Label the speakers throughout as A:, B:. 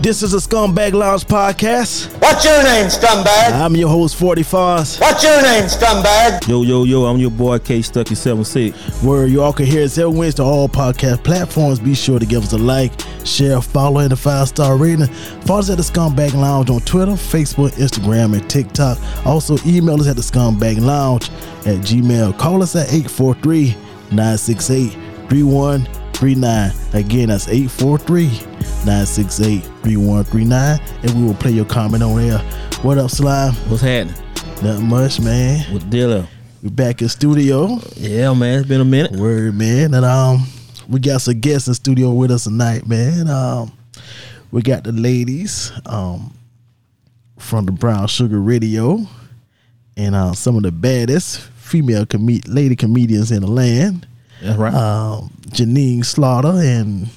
A: This is a Scumbag Lounge podcast.
B: What's your name, scumbag?
A: I'm your host, 40 Fonz.
B: What's your name, scumbag?
C: Yo, yo, yo, I'm your boy K Stucky 76.
A: Where you all can hear us every Wednesday on all podcast platforms. Be sure to give us a like, share, follow, and a five star rating. Follow us at the Scumbag Lounge on Twitter, Facebook, Instagram, and TikTok. Also, email us at the Scumbag Lounge at Gmail. Call us at 843 968 3139. Again, that's 843 968 3139. And we will play your comment on air. What up, Slime?
C: What's happening?
A: Not much, man.
C: What's dealer?
A: We back in studio.
C: Yeah, man, it's been a minute.
A: Word, man. And um we got some guests in studio with us tonight, man. Um we got the ladies um from the Brown Sugar Radio and uh some of the baddest female com- lady comedians in the land.
C: That's right.
A: Um Janine Slaughter and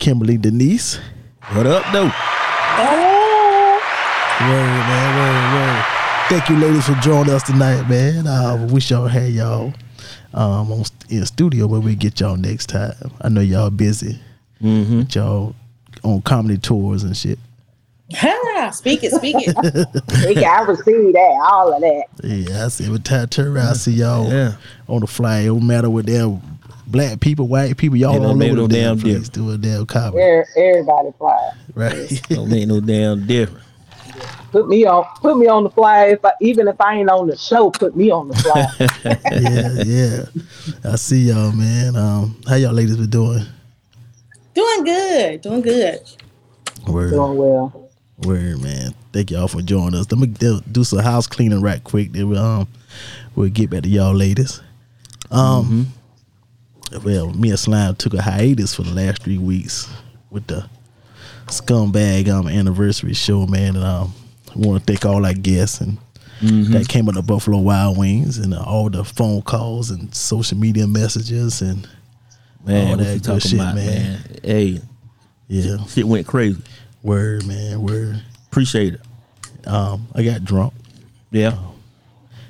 A: Kimberly Denise.
C: what up, though?
A: Word, man, word, word. Thank you, ladies, for joining us tonight, man. I wish y'all had y'all um, on, in studio, but we get y'all next time. I know y'all busy,
C: Mm-hmm.
A: with y'all on comedy tours and shit.
D: speak it, speak it.
E: Yeah, I received that, all of that.
A: Yeah, I see every time I turn around, I see y'all
C: Yeah.
A: on the fly. It don't matter what damn black people, white people, y'all
C: It don't
A: all over
C: make
A: the
C: no
A: damn,
C: damn
A: place doing damn comedy,
E: Where everybody fly.
A: right?
C: Don't make no damn difference.
E: Put me on, put me on the fly. If I, even if I ain't on the show, put me on the fly.
A: yeah, yeah. I see y'all, man. Um, how y'all ladies been doing?
D: doing good, doing good.
A: Word.
E: Doing well.
A: Word, man. Thank y'all for joining us. Let me do do some house cleaning right quick. Then we'll, um, we'll get back to y'all ladies. Um, well, me and Slime took a hiatus for the last three weeks with the scumbag um anniversary show, man. And um, I want to thank all our guests and that came on the Buffalo Wild Wings and uh, all the phone calls and social media messages and
C: Man,
A: All
C: what
A: that
C: you
A: good
C: talking
A: shit,
C: about,
A: man.
C: man. Hey,
A: yeah,
C: shit went crazy.
A: word, man, word.
C: Appreciate it.
A: Um, I got drunk.
C: Yeah.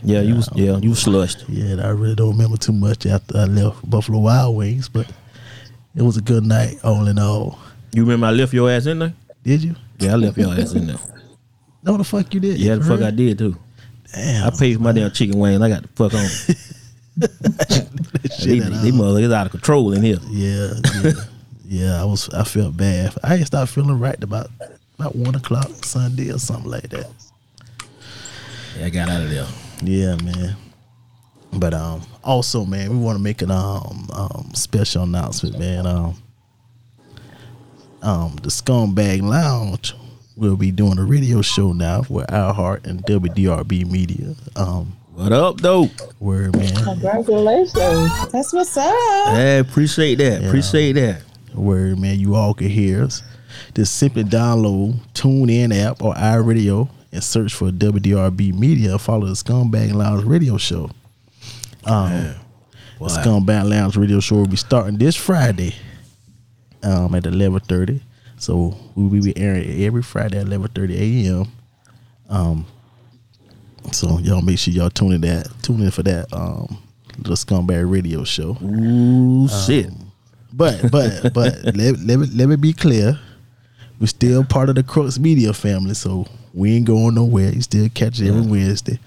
C: Yeah, you was yeah, you was slushed.
A: Yeah, and I really don't remember too much after I left Buffalo Wild Wings, but it was a good night all in all.
C: You remember I left your ass in there?
A: Did you?
C: Yeah, I left your ass in there.
A: No, the fuck you did.
C: Yeah, the
A: For
C: fuck
A: real?
C: I did too.
A: Damn,
C: I paid for my damn chicken wing. I got the fuck on.
A: that
C: they,
A: shit out.
C: they motherfuckers out of control in here.
A: Yeah, yeah, yeah. I was. I felt bad. I ain't start feeling right about about one o'clock Sunday or something like that.
C: Yeah, I got out of there.
A: Yeah, man. But um, also, man, we want to make an um, um special announcement, man. Um, um, the Scumbag Lounge will be doing a radio show now with iHeart and WDRB Media. Um,
C: What up, though?
A: word, man,
E: Congratulations.
D: That's what's up.
C: Hey, appreciate that. Appreciate that.
A: word, man. You all can hear us. Just simply download TuneIn app or iRadio and search for WDRB Media. Follow the Scumbag Lounge radio show. Um,
C: Wow.
A: The Scumbag Lounge Radio Show will be starting this Friday um, at eleven thirty. So we will be airing every Friday at eleven thirty a.m. Um, so y'all make sure y'all tune in that tune in for that um, little Scumbag Radio Show.
C: Ooh,
A: Uh,
C: shit.
A: But but but let, let me let me be clear. We're still part of the Crooks Media family, so we ain't going nowhere. You still catch it every Wednesday.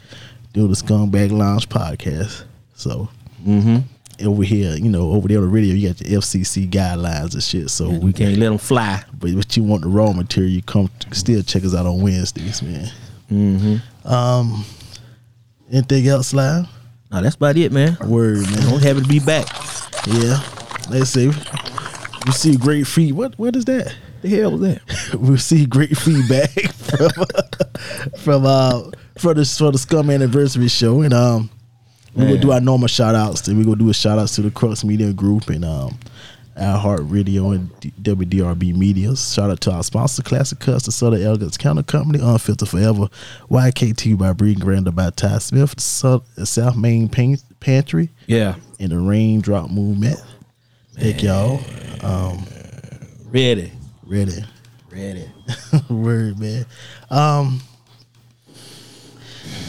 A: Do the Scumbag Lounge podcast. So over here, you know, over there on the radio, you got the FCC guidelines and shit. So
C: We
A: we can,
C: can't let them fly.
A: but but you want the raw material, you come t- still check us out on Wednesdays, man. Um, anything else, live?
C: Nah, that's about it, man.
A: Word, man.
C: I'm happy to be back.
A: Yeah, let's see. We see great feed. What what is that?
C: The hell was that?
A: we see great feedback from from uh for the for the Scum Anniversary show, and um we gonna
C: Man.
A: do our normal shout outs, and we gonna do a shout outs to the Crux Media Group and um our Heart Radio and D- WDRB Media. Shout out to our sponsor, Classic Cuts, the Southern Elegance Counter Company, Unfiltered Forever, YKT by Breed Grander by Ty Smith, South, South Main Pan- Pantry,
C: Yeah.
A: and the Raindrop Movement. Thank y'all.
C: Ready.
A: Ready.
C: Ready.
A: Word, man. Um,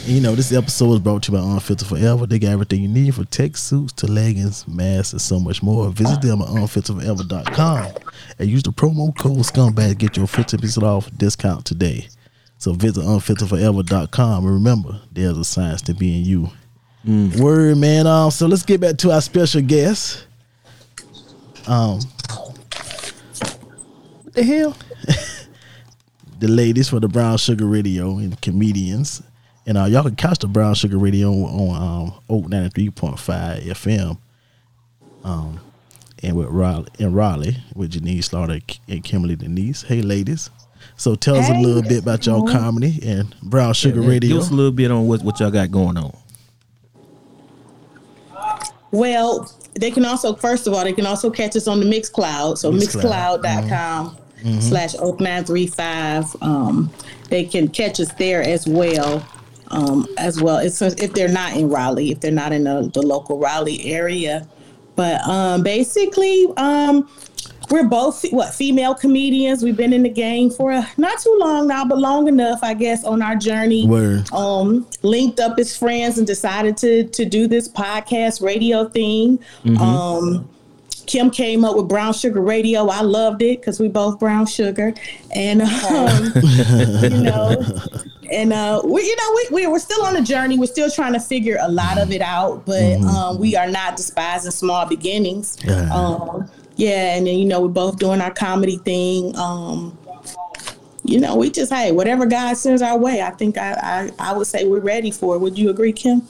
A: You know, this episode is brought to you by Unfiltered Forever. They got everything you need from tech suits to leggings, masks, and so much more. Visit them at unfilteredforever.com and use the promo code scumbag to get your 15% off discount today. So visit unfilteredforever.com and remember, there's a science to being you. Word, man. Um, so let's get back to our special guest. Um, what the hell? the ladies for the Brown Sugar Radio and comedians. And uh, y'all can catch the Brown Sugar Radio on um, Oak 93.5 FM. Um, and with Raleigh, and Raleigh with Janice Slaughter and Kimberly Denise. Hey, ladies. So tell us a little bit about y'all comedy and Brown Sugar Radio.
C: Give us a little bit on what, what y'all got going on.
D: Well, they can also, first of all, they can also catch us on the Mixcloud. So
A: Mixcloud.
D: mixcloud.com slash oak 935. Um, they can catch us there as well. Um, as well, it's, if they're not in Raleigh, if they're not in the, the local Raleigh area. But um, basically, um, we're both what female comedians. We've been in the game for uh not too long now, but long enough, I guess, on our journey.
A: Word.
D: Um, linked up as friends and decided to to do this podcast radio thing. Um, Kim came up with Brown Sugar Radio. I loved it because we both brown sugar, and um, you know, and uh, we, you know, we, we we're still on a journey. We're still trying to figure a lot of it out, but um, we are not despising small beginnings.
A: Yeah.
D: Um, yeah, and then you know, we're both doing our comedy thing. Um, you know, we just hey, whatever God sends our way, I think I I, I would say we're ready for it. Would you agree, Kim?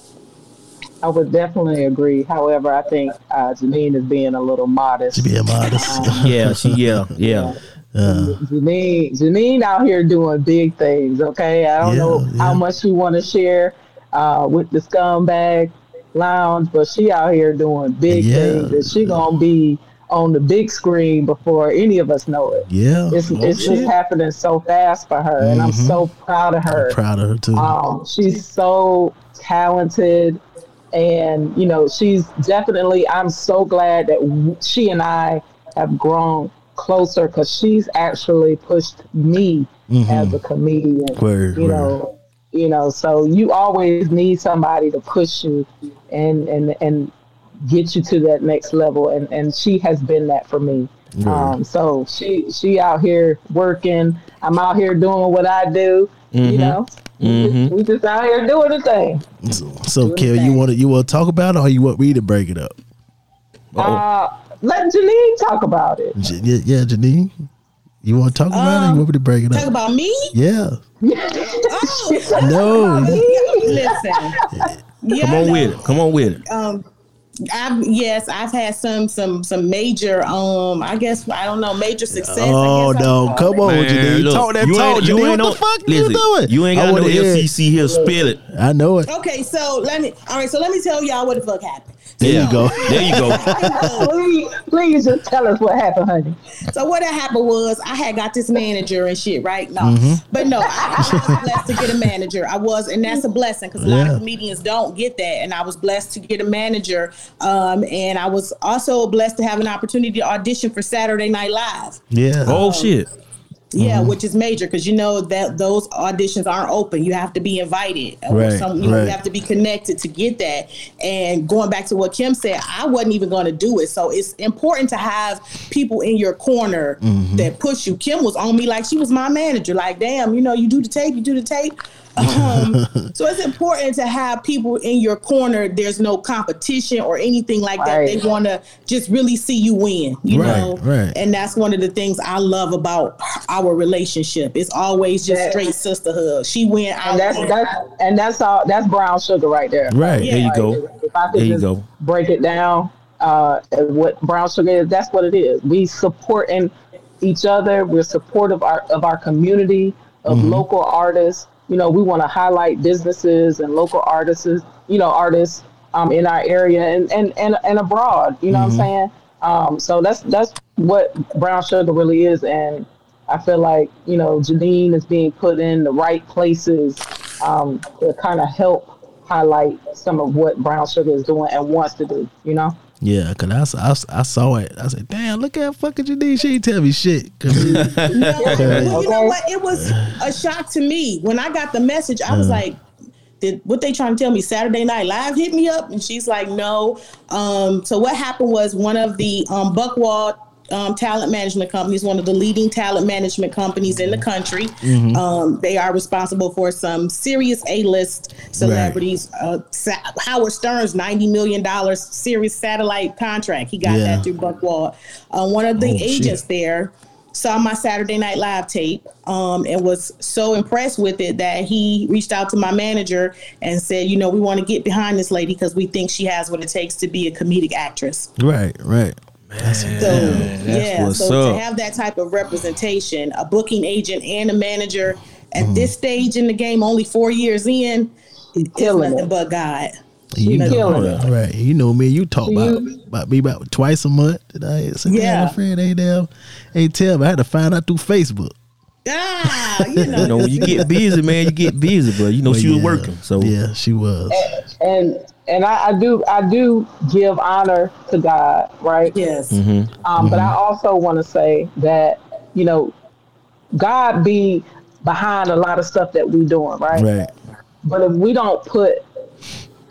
E: I would definitely agree. However, I think uh, Janine is being a little modest.
A: Be a modest. Uh,
C: Yeah, she, yeah, yeah.
E: Janine, Janine out here doing big things. Okay, I don't
A: Yeah,
E: know
A: yeah.
E: how much you want to share uh, with the scumbag lounge, but she out here doing big
A: Yeah.
E: things, and she gonna be on the big screen before any of us know it.
A: Yeah.
E: It's,
A: Oh,
E: it's just
A: shit. Mm-hmm.
E: happening so fast for her, and I'm so proud of her.
A: proud of her too.
E: Um, she's so talented, and you know, she's definitely. I'm so glad that w- she and I have grown closer because she's actually pushed me as a comedian.
A: Mm-hmm. Word,
E: you
A: word.
E: know, you know. So you always need somebody to push you, and and and get you to that next level and and she has been that for me um so she she out here working i'm out here doing what i do you know we just out here doing the thing
A: so, so Kim, you want to you want to talk about it, or you want me to break it up?
C: Oh.
E: uh let janine talk about it
A: J- yeah, yeah, Janine, you want to talk about it? Or you want me to break it
D: Um, Talk
A: up?
D: about me.
A: Yeah.
D: Oh,
A: No.
D: listen. Yeah,
C: Come on
D: no.
C: with it. Come on with it.
D: I've yes, I've had some some some major um I guess I don't know major success.
A: Oh
D: I guess I
A: no!
D: would call
A: Come on, Janine.
C: look,
A: talk that
C: you
A: talk.
C: ain't-
A: Janine,
C: you ain't
A: what
C: no-
A: the fuck
C: listen,
A: you doing?
C: You ain't
A: I
C: got no
A: wanna hear it.
C: FCC here. Spill it.
A: I know it.
D: it. Okay, so let me all right, so let me tell y'all what the fuck happened. So,
A: There
C: Yeah.
A: you go.
C: There you go.
E: please please just tell us what happened honey
D: so what had happened was I had got this manager and shit, right? No, but no, I, I was blessed to get a manager. I was, and that's a blessing because a lot
A: Yeah.
D: of comedians don't get that. And I was blessed to get a manager, um, and I was also blessed to have an opportunity to audition for Saturday Night Live.
A: Yeah.
C: Oh shit.
D: Yeah,
A: Mm-hmm.
D: which is major because you know that those auditions aren't open. You have to be invited. Or
A: Right,
D: some- you, know,
A: right.
D: you have to be connected to get that. And going back to what Kim said, I wasn't even going to do it. So it's important to have people in your corner
A: Mm-hmm.
D: that push you. Kim was on me like she was my manager. Like, damn, you know, you do the tape, you do the tape. Um, so it's important to have people in your corner. There's no competition or anything like that.
E: Right.
D: They want to just really see you win. You
A: Right,
D: know,
A: right.
D: and that's one of the things I love about our relationship. It's always just
E: That-
D: straight sisterhood. She went out.
E: and that's that's and that's all that's brown sugar right there
A: Right.
C: There you go.
E: if I could
C: There you
E: just
C: go.
E: break it down, uh, what brown sugar is, that's what it is. We supporting each other. We're supportive of our, of our community, of
C: Mm-hmm.
E: local artists. You know, we want to highlight businesses and local artists, you know, artists um, in our area and, and, and, and abroad, you know
C: Mm-hmm.
E: what I'm saying? Um, so that's, that's what brown sugar really is. And I feel like, you know, Janine is being put in the right places um, to kind of help highlight some of what Brown Sugar is doing and wants to do, you know?
A: Yeah, cause I s- I, s- I saw it. I said, "Damn, look at fucking Janine. She ain't tell me shit." 'Cause-
D: No, well, you know
E: Okay.
D: what? It was a shock to me when I got the message. I was like, did what they trying to tell me? Saturday Night Live hit me up, and she's like, no. Um, so what happened was one of the um, Buckwall um, talent management companies, one of the leading talent management companies in the country. Um, they are responsible for some serious A-list celebrities. Uh, Sa- Howard Stern's ninety million dollars series satellite contract. He got
A: Yeah.
D: that through Buckwall. Uh, one of the
C: Oh, shit.
D: agents there saw my Saturday Night Live tape um, and was so impressed with it that he reached out to my manager and said, you know, we want to get behind this lady because we think she has what it takes to be a comedic actress.
A: Right, right. That's
D: So
C: that's
D: yeah,
C: what's
D: so
C: up.
D: to have that type of representation, a booking agent and a manager at
C: Mm.
D: this stage in the game, only four years in, it's
E: Killing
D: nothing
E: it.
D: but God.
A: you
E: killing
A: know,
E: it.
A: right? You know me. You talk
E: You-
A: about about me about twice a month. And I say, yeah,
D: Yeah.
A: my friend ain't there, ain't tell me. I had to find out through Facebook.
D: Ah, you know,
C: You know, when you get busy, man, you get busy, but you know
A: But
C: she was
A: yeah,
C: working. So
A: yeah, she was.
E: and and I, I do I do give honor to God, right?
D: yes,
E: Um, But I also want to say that you know, God be behind a lot of stuff that we doing, right?
A: Right,
E: But if we don't put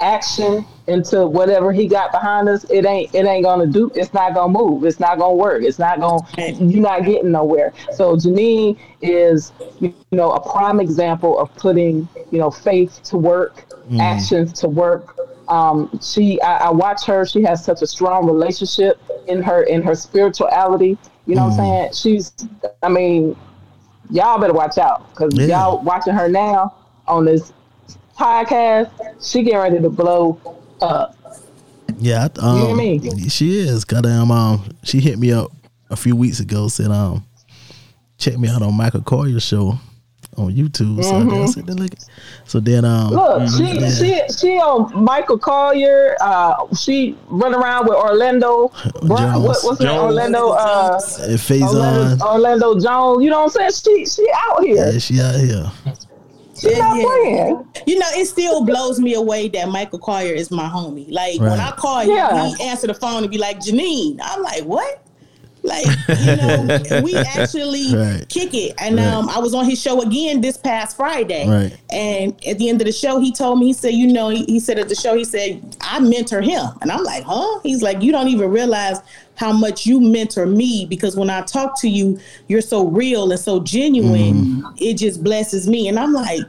E: action into whatever he got behind us, it ain't it ain't gonna do. It's not gonna move. It's not gonna work. It's not gonna. You're not getting nowhere. So Janine is you know a prime example of putting you know faith to work, actions to work. Um, she I, I watch her. She has such a strong relationship in her in her spirituality. You know what I'm saying? She's I mean y'all better watch out because
A: Yeah.
E: y'all watching her now on this podcast. She getting ready to blow up.
A: yeah. I, um,
E: know what I mean?
A: She is. Goddamn, um, she hit me up a few weeks ago. Said, um, check me out on Michael Collier's show on YouTube. So, I did- I said, look. so then, um,
E: Look, she she she on Michael Collier. Uh, she run around with Orlando. Brown, what,
A: Jones.
E: what's that?
C: Jones.
E: Orlando. Uh,
A: and Faison,
E: Orlando, Orlando Jones. You know what I'm saying? She she out here.
A: yeah, she out here.
E: She
D: Yeah,
E: not
D: yeah.
E: playing.
D: you know, it still blows me away that Michael Collier is my homie. Like when I
A: Right.
D: call you,
E: Yeah.
D: he answer the phone and be like, "Janine," I'm like, "What?" Like you know, we actually
A: Right.
D: kick it. And
A: Right.
D: um, I was on his show again this past Friday.
A: Right.
D: And at the end of the show, he told me, he said, you know, he, he said at the show, he said, I mentor him. And I'm like, huh? He's like, you don't even realize how much you mentor me because when I talk to you, you're so real and so
A: Mm-hmm.
D: genuine. It just blesses me. And I'm like,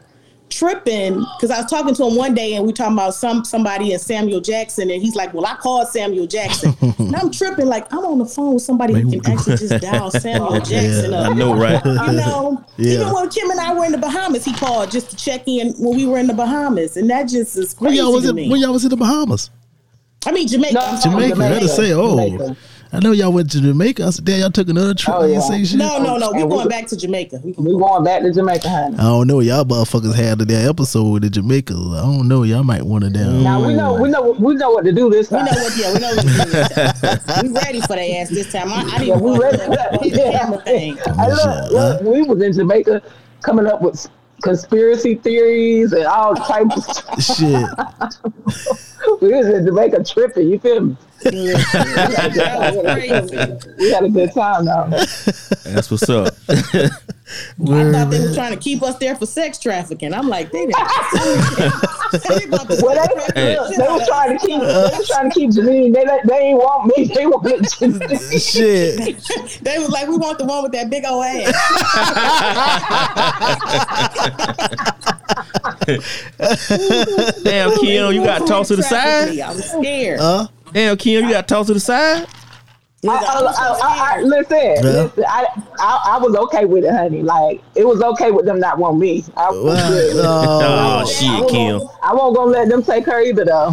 D: tripping because I was talking to him one day and we talking about some somebody and Samuel Jackson and he's like, well, I called Samuel Jackson and I'm tripping like I'm on the phone with somebody who can actually just dial Samuel Jackson
A: Yeah,
D: up.
C: I know, right?
D: You know,
A: Yeah.
D: even when Kim and I were in the Bahamas, he called just to check in when we were in the Bahamas, and that just is
A: When
D: crazy
A: y'all was
D: to
A: in,
D: me.
A: when y'all was in the Bahamas,
D: I mean, Jamaica.
E: No,
D: I'm sorry.
A: Jamaica. I had to say, oh,
E: Jamaica.
A: I know y'all went to Jamaica. I said, damn, y'all took another trip.
E: Oh,
A: I didn't
E: yeah.
A: say shit.
D: no, no, no. We're
E: And we-
D: going back to Jamaica. We can-
E: We going back to Jamaica, honey.
A: I don't know. Y'all motherfuckers had that episode in Jamaica. I don't know. Y'all might want to down.
E: Now we know we know we know what to do this
D: We
E: time.
D: know what, yeah, we know what we're doing this time. We ready for their ass this time. I, I
E: Yeah,
D: didn't
E: we
D: want
E: ready.
D: that
E: Yeah.
D: camera thing.
E: I look, look, we was in Jamaica coming up with conspiracy theories and all types of stuff.
A: Shit.
E: We was in Jamaica tripping, you feel me?
D: That was crazy.
E: We had a good time though.
C: That's what's up.
D: I
A: Word,
D: thought they were
A: man.
D: trying to keep us there for sex trafficking. I'm like, they didn't.
E: Well, they, they was trying to keep they was trying to keep Janine. They they ain't want me. They wanted Janine.
A: Shit.
D: They was like, we want the one with that big old ass.
C: Damn, Kim, you got to toss to the
D: Traffic me.
C: side.
D: I'm scared.
A: Huh?
C: Damn, Kim, you got to toss to the side.
E: I, I, I, I, I, listen, listen. I, I I was okay with it, honey. Like it was okay with them not want me. I was good.
C: Oh,
A: Well,
D: I
C: shit,
D: was-
C: Kim.
E: I won't gonna let them take her either though.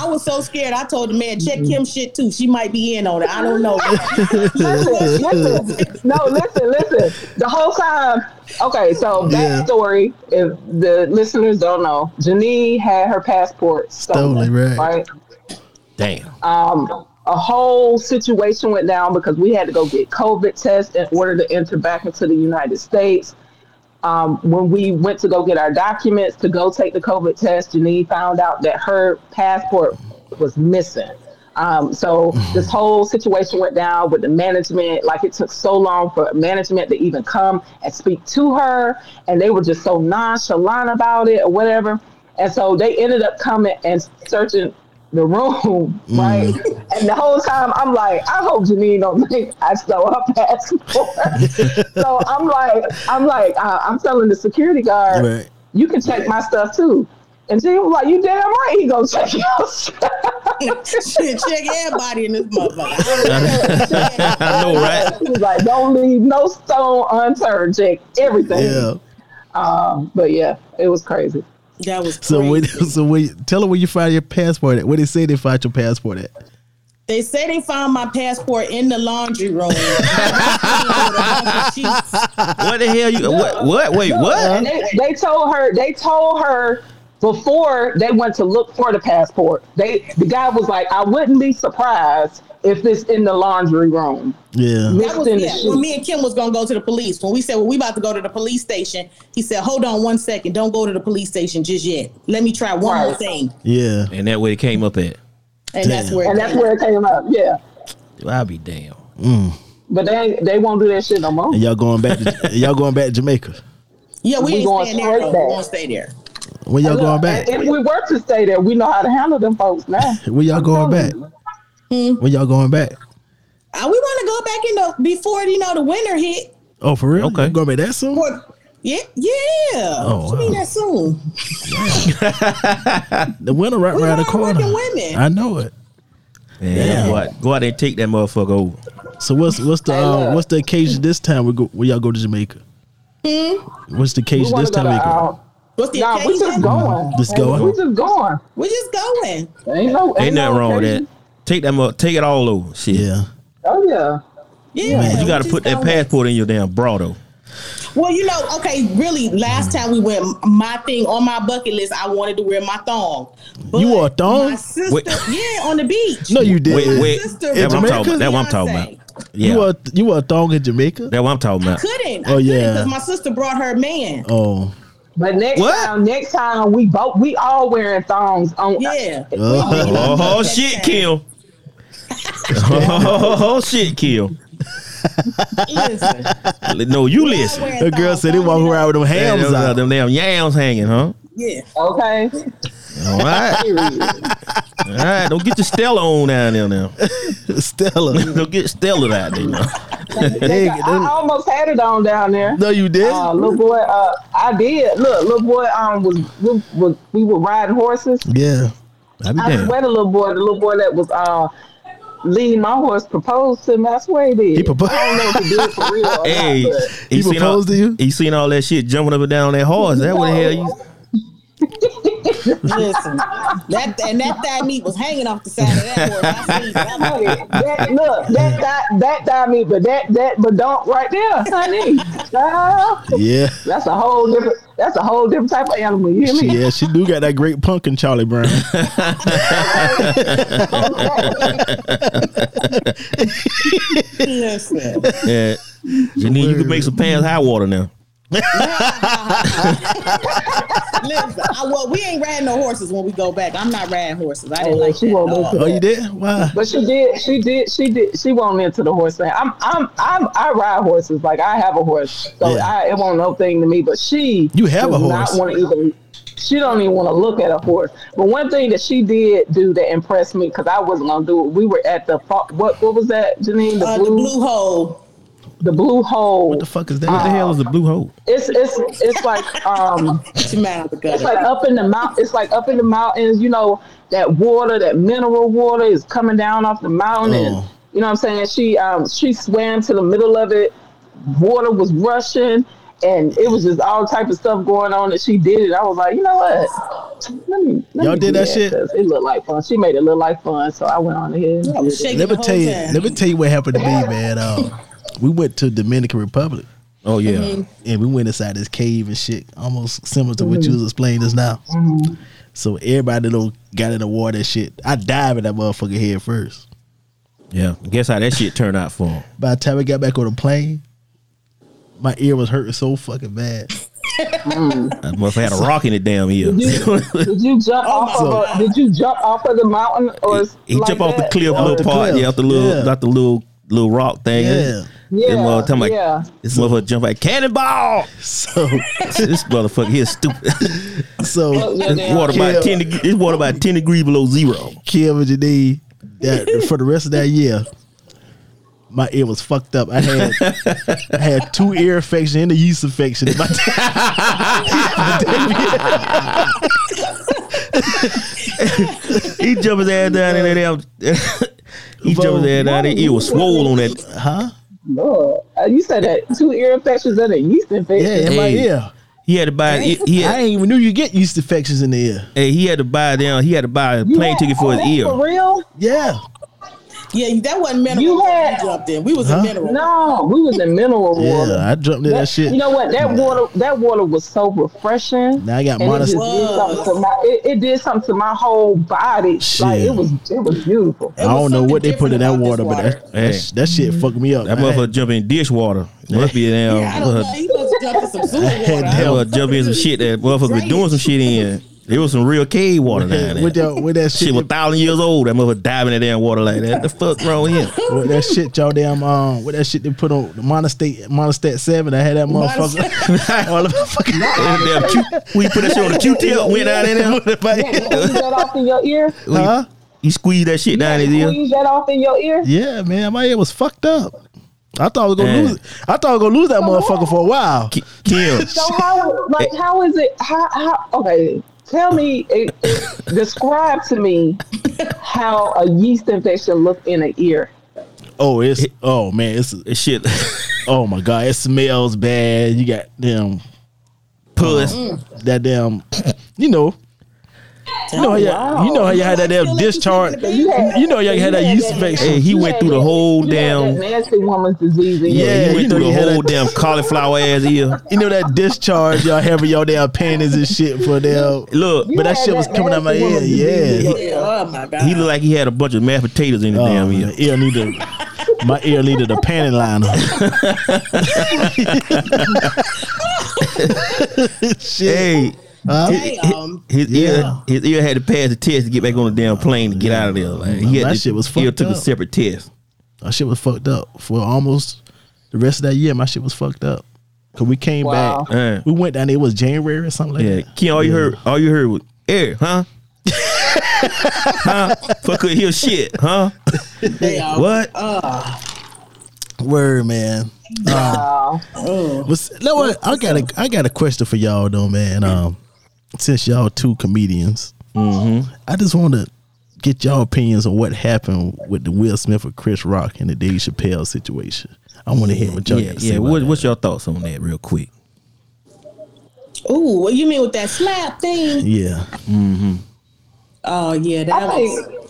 D: I was so scared. I told the man, check Kim shit too. She might be in on it. I don't know.
E: listen, listen. No, listen, listen. The whole time. Okay, so
A: Yeah.
E: that story, if the listeners don't know, Janine had her passport stolen,
A: Stolen, right.
E: right?
C: Damn.
E: Um, a whole situation went down because we had to go get COVID tests in order to enter back into the United States. Um, when we went to go get our documents to go take the COVID test, Janine found out that her passport was missing. Um, so this whole situation went down with the management. Like it took so long for management to even come and speak to her, and they were just so nonchalant about it or whatever. And so they ended up coming and searching the room, right? And the whole time I'm like, I hope Janine don't think I stole her passport. so I'm like, I'm like, uh, I'm telling the security guard,
A: Right.
E: you can check my stuff too. And she was like, you damn right he gonna check your stuff.
D: Shit, check everybody in this motherfucker.
C: I know, right?
E: She was like, don't leave no stone unturned, check everything.
A: Yeah.
E: Um, but yeah, it was crazy.
D: that was
A: So when,
D: crazy.
A: so when, tell them where you find your passport at. Where they say they find your passport at.
D: They say they found my passport in the laundry room. Sheets.
C: What the hell? You what? What? Wait,
E: And
C: what?
E: they, they told her they told her before they went to look for the passport. They the guy was like, I wouldn't be surprised if it's in the laundry room.
A: Yeah.
D: That was
E: Mixed in the
D: yeah, when
E: sheets.
D: me and Kim was gonna go to the police. When we said, "Well, we about to go to the police station," he said, "Hold on one second. Don't go to the police station just yet. Let me try one more
E: Right.
D: thing."
A: Yeah.
C: And that way it came up at.
D: And that's
A: Damn.
D: where.
E: And that's where it came up. Yeah.
C: I'll be damned.
E: But they they won't do that shit no more.
A: And y'all going back to y'all going back to Jamaica.
D: yeah, we,
E: we
D: ain't
E: going
D: staying there.
E: straight
D: though.
E: back.
D: We won't stay there.
A: When y'all going
E: Look,
A: back?
E: If we were to stay there, we know how to handle them folks now.
A: When y'all going back?
D: Hmm.
A: When y'all going back?
D: Uh, we want to go back in the before you know the winter hit.
A: Oh, for real?
C: Okay.
A: You going back that soon?
D: Or- yeah, yeah.
A: Oh,
D: What you mean
A: wow.
D: that soon?
A: The winter right
D: We
A: around the
D: hard working
A: corner.
D: women.
A: I know it.
C: Yeah. Go out, go out there and take that motherfucker over.
A: So what's what's the
E: Hey,
A: um,
E: look.
A: what's the occasion this time? We go when y'all go to Jamaica. What's the
E: Hmm? We
A: occasion
E: want
A: this
E: to go
A: time?
E: to.
A: we go?
E: Uh,
D: What's the
E: nah, we
D: occasion?
E: just going.
A: Just going?
E: We just going.
D: We're just going.
E: Ain't no
C: Ain't
E: no
C: nothing wrong with that.
E: occasion.
C: Take that mother, take it all over. Shit.
A: Yeah.
E: Oh yeah.
D: Yeah,
C: You
D: we
C: got to
D: just
C: put that
D: going.
C: passport in your damn bra though.
D: Well, you know, okay, really, last time we went, my thing on my bucket list, I wanted to wear my thong. But
A: You wore a thong?
D: My sister,
C: Wait.
D: yeah, on the beach.
A: No, you
C: Wait,
A: didn't.
C: wait.
D: sister,
C: That's what I'm talking
A: Jamaica?
C: about. That's what I'm talking about.
D: Beyonce.
C: Yeah.
A: You were you were a thong in Jamaica?
C: That's what I'm talking about.
D: couldn't.
A: Oh,
D: I
A: yeah.
D: yeah, because my sister brought her man.
A: Oh.
E: But next
C: What?
E: time, next time we both we all wearing thongs on.
D: Yeah,
A: Oh.
C: Oh shit, Kim. oh shit, Kim.
D: listen,
C: No, you
D: I
C: listen.
D: wear
A: The girl
D: thongs,
A: said they
D: don't
A: walk
D: you know?
A: around with them
C: Yeah,
A: hams
C: them,
A: out.
C: them damn yams hanging, huh?
D: Yeah,
E: Okay.
C: All right,
E: Period.
C: all right. Don't get your Stella on down there now.
A: Stella.
C: Don't get Stella out there now.
A: They-
E: I, I
A: they-
E: almost had it on down there.
A: no, you did.
E: Uh, little boy, uh, I did. Look, little boy, um, was, was, was we were riding horses.
A: yeah. I be
E: I
A: damned.
E: swear, the little boy, the little boy that was uh leading my horse proposed to me. I swear he did.
A: He proposed.
E: I don't know if he did for real. Or
C: Hey,
E: not,
A: He
C: you seen
A: proposed
C: all,
A: to you?
C: You seen all that shit jumping up and down on that horse? That what the hell you?
D: listen, that and that thigh meat was hanging off the side of that horse. I seen it. I'm
E: but-
D: like,
E: Hey, that, look, that that that got me, but that that but don't right there, honey. Child,
A: Yeah.
E: that's a whole different. That's a whole different type of animal. You hear me?
A: Yeah, she do got that great pumpkin Charlie Brown.
D: listen.
C: Yeah. Janine, you can make some pants high water now.
D: Listen, I, well, we ain't riding no horses when we go back. I'm not riding horses. I didn't
E: Oh,
D: like
E: she
D: that.
E: won't
D: No.
E: listen.
A: oh, you did? Why?
E: But she did, she did, she did, she won't into the horse thing. I'm, I'm, I'm, I ride horses. Like I have a horse, so
A: Yeah.
E: I, it won't no thing to me. But she,
A: You have a
E: does
A: horse.
E: Not want to even. She don't even want to look at a horse. But one thing that she did do that impressed me because I wasn't gonna do it. We were at the fa- what? What was that, Janine? The
D: Uh, the
E: blue,
D: blue hole.
E: the blue hole.
A: What the fuck is that?
C: What the hell is the blue hole?
E: it's, it's, it's like, um,
D: Get your mind out the
E: it's
D: gutter.
E: like up in the mount. It's like up in the mountains. You know that water, that mineral water, is coming down off the mountain.
A: Oh.
E: You know what I'm saying? She um she swam to the middle of it. Water was rushing, and it was just all type of stuff going on that she did it. I was like, you know what? Let me. Let
A: Y'all
E: me
A: did
E: do
A: that shit?
E: 'cause It looked like fun. She made it look like fun, so I went on ahead.
D: I was shaking
A: Let me
D: the whole
A: tell you.
D: time.
A: Let me tell you what happened to me, man. Um, we went to Dominican Republic
C: Oh yeah.
A: and we went inside this cave and shit, almost similar to what you was explaining just now. So everybody done got in the water and shit. I dive in that motherfucker head first.
C: Yeah. Guess how that shit turned out for him.
A: By the time we got back on the plane, my ear was hurting so fucking bad.
C: I must have had a rock in the damn ear.
E: Did you jump off of a, Did you jump off of the mountain or
C: He
E: like
C: jumped off the
E: that?
C: cliff,
A: Off
C: little
A: the
C: part,
A: cliff.
C: yeah, off the little,
A: Yeah.
C: not the little little rock thing.
A: Yeah.
E: Yeah,
C: And, uh, talking about,
E: yeah.
C: This motherfucker jumped like cannonball.
A: So,
C: this motherfucker here is stupid.
A: so
E: Yeah,
C: It's water
A: Yeah.
C: about ten. deg- It's water about ten degrees below zero.
A: Kim and Janine, that for the rest of that year, my ear was fucked up. I had I had two ear infection and a yeast infection. in my
C: He jumped his ass down in that damn. he jumped his ass down. There. It was swole on that.
A: huh?
E: Lord. Uh, you said that two ear infections and a yeast
A: Yeah,
E: infection.
A: in my
C: Hey.
A: ear.
C: He had to buy. He, he
A: I
C: had,
A: ain't even knew you get yeast infections in the ear.
C: hey, he had to buy down. He had to buy a plane
E: Yeah,
C: ticket for his
E: that's
C: ear.
E: Oh, For real?
A: Yeah.
D: Yeah, that wasn't mineral.
E: You
D: You
E: had-
D: had, jumped in. We was
A: Huh?
D: in mineral.
E: No, we was in mineral water.
A: Yeah, I jumped in that shit.
E: You know what? That water, that water was so refreshing.
A: Now I got
E: and it,
A: modest-
E: just did something to my, it, it did something to my whole body. Like
A: Shit.
E: it was, it was beautiful.
A: I don't know what they put in that
D: Something
A: water,
D: different
A: but
D: about
A: that,
D: this
A: that, sh- that shit fucked me up.
C: That
A: I had-
C: motherfucker jumped in dishwater. Must be damn.
D: Yeah, I don't know. He must have jumped in some sewer water. I
C: That
D: don't
C: was
D: know.
C: jumping in some shit that motherfucker was
D: Drainage.
C: doing some shit in. It was some real cave water down there.
A: with that with that shit,
C: shit was thousand years old. That motherfucker diving in that damn water like that. The fuck wrong with him?
A: with that shit y'all damn um with that shit they put on the monostate monostat seven. I had that motherfucker. All of fucking
C: Damn Q, we put that shit on the Q-tip, went out in there.
E: You squeeze that off in your ear.
A: huh?
C: He squeezed that shit down his ear.
E: Squeeze that off in your ear.
A: Yeah, man, my ear was fucked up. I thought I was gonna
C: Man.
A: lose. I thought I was gonna lose that motherfucker for a while.
C: Ki- Kim,
E: So how, like, how is it? How, how? Okay, tell me. It, it, describe to me how a yeast infection look in an ear.
A: Oh, it's oh man, it's
C: that shit
A: oh my god, it smells bad. You got damn
C: puss.
A: that damn, you know. You know how you,
E: Wow.
A: you know how you had that
D: I feel
A: damn
D: like you
A: discharge.
D: should have
E: You had,
A: You know y'all had that yeast infection.
C: Hey, he
E: you
C: went
E: had
C: through the
E: that-
C: whole
E: you had
C: damn.
E: that nasty woman's disease. In
A: Yeah.
E: yeah.
C: he went
A: you know
C: through
A: you
C: the
A: had
C: whole
A: that-
C: damn cauliflower ass ear.
A: You know that discharge y'all having y'all damn panties and shit for them.
C: Look,
A: But that
E: had
A: shit was
E: that
A: coming out my
E: nasty
A: ear.
E: woman disease.
A: Yeah.
D: Yeah, oh my god.
C: he looked like he had a bunch of mashed potatoes in his
A: Oh,
C: damn
A: man,
C: ear.
A: ear needed my ear needed a panty liner. shit.
C: Hey,
D: Damn.
C: his
A: Um, Yeah.
C: ear, his ear had to pass the test to get back on the damn plane to get out of there. Like he had
A: that
C: to,
A: shit was
C: ear
A: fucked
C: took
A: up.
C: a separate test.
A: That shit was fucked up for almost the rest of that year. My shit was fucked up. Cause we came
E: Wow.
A: back.
C: Yeah.
A: We went down there, it was January or something like
C: Yeah,
A: that.
C: Ken, all you heard, all you heard was air, huh? huh? Fuck could hear shit, huh?
A: Oh,
D: Damn.
C: What?
A: Word, man.
E: Wow.
A: Was no, what- I got a I got a question for y'all though, man. Um, since y'all two comedians, I just want to get y'all opinions on what happened with the Will Smith or Chris Rock and the Dave Chappelle situation. I want to hear what y'all
C: yeah,
A: got to say.
C: yeah.
A: about
C: What,
A: that.
C: what's your thoughts on that, real quick?
D: Ooh, what you mean with that slap thing?
A: yeah,
D: Oh yeah, that
E: I
D: was.
E: think.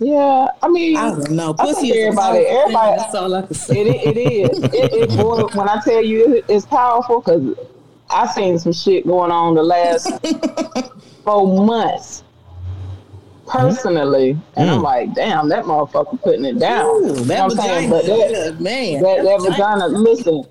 E: Yeah, I mean,
D: I don't know.
E: I
D: Pussy
E: think
D: is a powerful
E: everybody-
D: thing,
E: everybody-
D: That's all I can say.
E: It, i- it is. It, it boy, when I tell you it, it's powerful, because I seen some shit going on the last four months personally, and I'm like, damn, that motherfucker putting it down.
D: Mm. Ooh,
E: You know
D: that
E: what I'm
D: vagina,
E: saying? But that,
D: good, man.
E: that, that vagina, listen,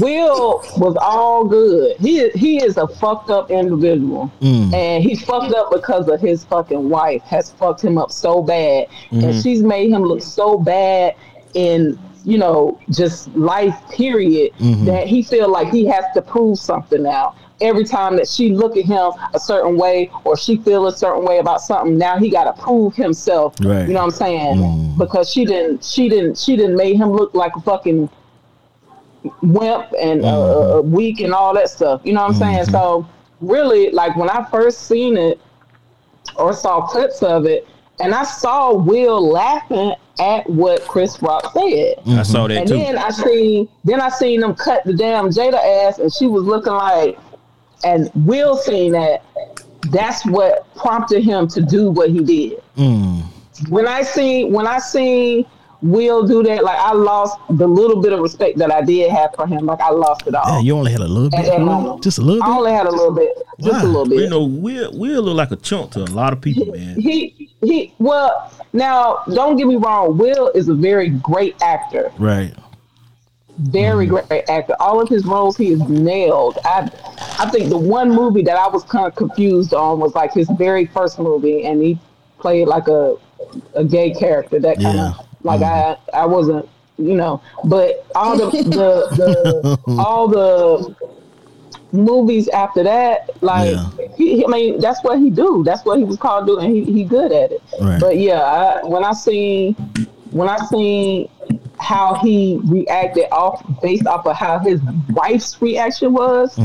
E: Will was all good. He he is a fucked up individual, and he's fucked up because of his fucking wife has fucked him up so bad, and she's made him look so bad in you know just life period that he feel like he has to prove something now. Every time that she look at him a certain way or she feel a certain way about something, now he got to prove himself.
A: Right.
E: You know what I'm saying? Because she didn't, she didn't, she didn't make him look like a fucking wimp and uh, uh, uh, weak and all that stuff. You know what I'm saying? So really, like when I first seen it or saw clips of it, and I saw Will laughing at what Chris Rock said,
A: Mm-hmm.
C: I saw that
E: and
C: too.
E: then I seen then I seen them cut the damn Jada ass, and she was looking like, and Will seen that. That's what prompted him to do what he did when I see when I see Will do that, like I lost the little bit of respect that I did have for him. Like I lost it
A: yeah,
E: all.
A: you only had a little bit,
E: At that moment.
A: just a little
E: I
A: bit.
E: only had a little bit, just
A: Why?
E: a little bit.
C: you know, Will Will look like a chunk to a lot of people, man.
E: he he. Well, now don't get me wrong. Will is a very great actor.
A: Right.
E: Very
A: Mm-hmm.
E: great actor. All of his roles he is nailed. I I think the one movie that I was kind of confused on was like his very first movie, and he played like a a gay character. That kind
A: Yeah. Mm-hmm.
E: of like I I wasn't you know, but all the, the, the all the movies after that, like
A: Yeah.
E: he, he- I mean, that's what he do. That's what he was called to do, and he, he good at it.
A: Right.
E: But yeah, I, when I seen when I seen how he reacted off based off of how his wife's reaction was,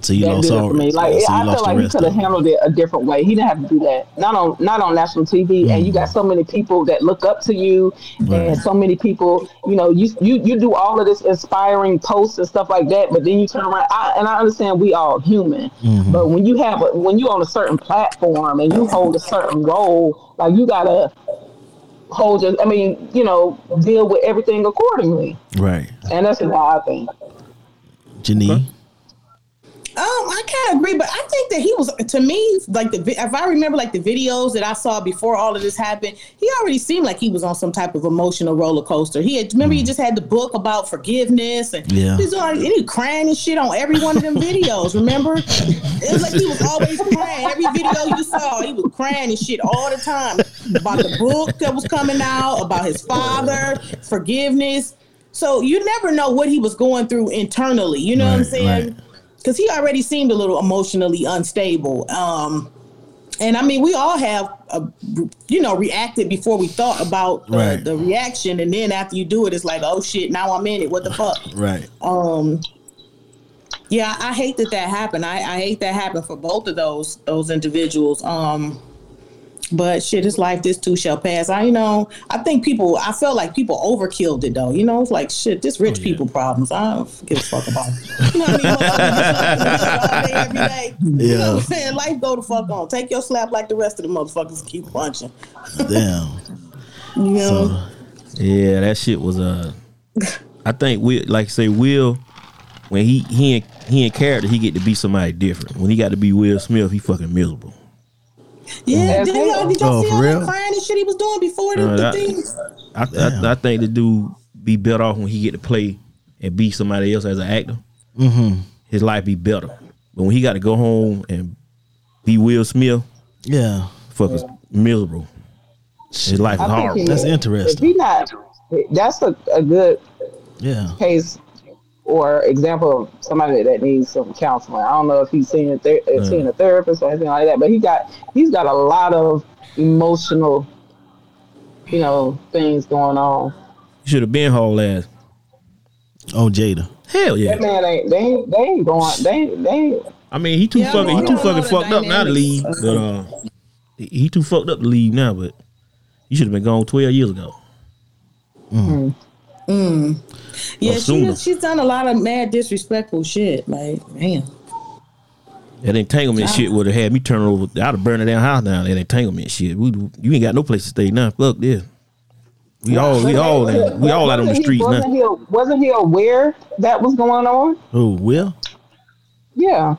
A: So you
E: that
A: lost
E: did it
A: all.
E: for me. Like
A: so you
E: I
A: lost
E: feel like
A: the
E: he
A: rest
E: could have
A: of it.
E: handled it a different way. He didn't have to do that. Not on not on national TV. And you got so many people that look up to you,
A: Mm-hmm. Right.
E: and so many people. You know, you you you do all of this inspiring posts and stuff like that, but then you turn around. I, and I understand we all human,
A: Mm-hmm.
E: but when you have a, when you on a certain platform and you hold a certain role, like you gotta hold your. I mean, you know, deal with everything accordingly.
A: Right,
E: And that's why I think.
A: Janine.
D: Um, I kind of agree, but I think that he was to me like the vi- if I remember like the videos that I saw before all of this happened, he already seemed like he was on some type of emotional roller coaster. He had remember he just had the book about forgiveness and
A: Yeah.
D: he's already and he crying and shit on every one of them videos. Remember, it was like he was always crying. Every video you saw, he was crying and shit all the time about the book that was coming out about his father, forgiveness. So you never know what he was going through internally. You know what I'm
A: Right,
D: saying?
A: right.
D: because he already seemed a little emotionally unstable. Um, and I mean, we all have, uh, you know, reacted before we thought about uh,
A: Right.
D: the reaction, and then after you do it, it's like, oh shit, now I'm in it. What the fuck?
A: Right.
D: Um, yeah, I hate that that happened. I, I hate that happened for both of those those individuals. Um, but shit, it's life. This too shall pass. I you know. I think people. I felt like people overkilled it though. You know, it's like shit. This
A: Oh,
D: rich people problems. I don't give a fuck about. It. You know what I mean? Motherfuckers just like, all day, every day. You know what I'm saying? Life go the fuck on. Take your slap like the rest of the motherfuckers. and Keep punching.
A: Damn.
D: You know.
A: So
C: Yeah, that shit was Uh, I think we like say Will when he he in, he in character he get to be somebody different. When he got to be Will Smith, he fucking miserable.
D: yeah.
E: As
D: Did y'all, did
A: hell.
D: y'all
A: Oh,
D: see
A: for
D: all
A: real?
D: that crying and shit he was doing before the,
C: Uh,
D: the
C: that-
D: things?
C: I, I I think the dude be better off when he get to play and be somebody else as an actor. Mm-hmm. His life be better, but when he got to go home and be Will Smith,
A: yeah,
C: fucking miserable. His life is
E: I think
C: horrible.
E: he-
A: that's
E: If he
A: interesting.
E: not, that's a, a good
A: Yeah.
E: case or example of somebody that needs some counseling. I don't know if he's seen a, ther-
C: Hmm.
E: seen a therapist or anything like that, but he got he's got a lot of emotional, you know, things going on.
C: He should have been whole ass.
A: Oh, Jada.
C: Hell yeah.
E: That man ain't they ain't, they ain't going they ain't, they ain't,
C: I mean, he too
D: Yeah, I
C: fucking
D: mean,
C: he
D: I
C: too
D: don't
C: fucking
D: know the
C: fucked up now to leave.
D: dynamics.
C: But uh, he he too fucked up to leave now. But he should have been gone twelve years ago.
D: Yeah,
C: or
D: she,
C: sooner.
D: she's done a lot of mad disrespectful shit. Like, man.
C: That entanglement shit would have had me turn over. I'd have burned it down house down. That entanglement shit. We, you ain't got no place to stay now. Fuck this. We all we all we all out on the
E: wasn't he-
C: streets
E: Wasn't
C: now.
E: he, wasn't he aware that was going on?
A: Oh, Will.
E: Yeah.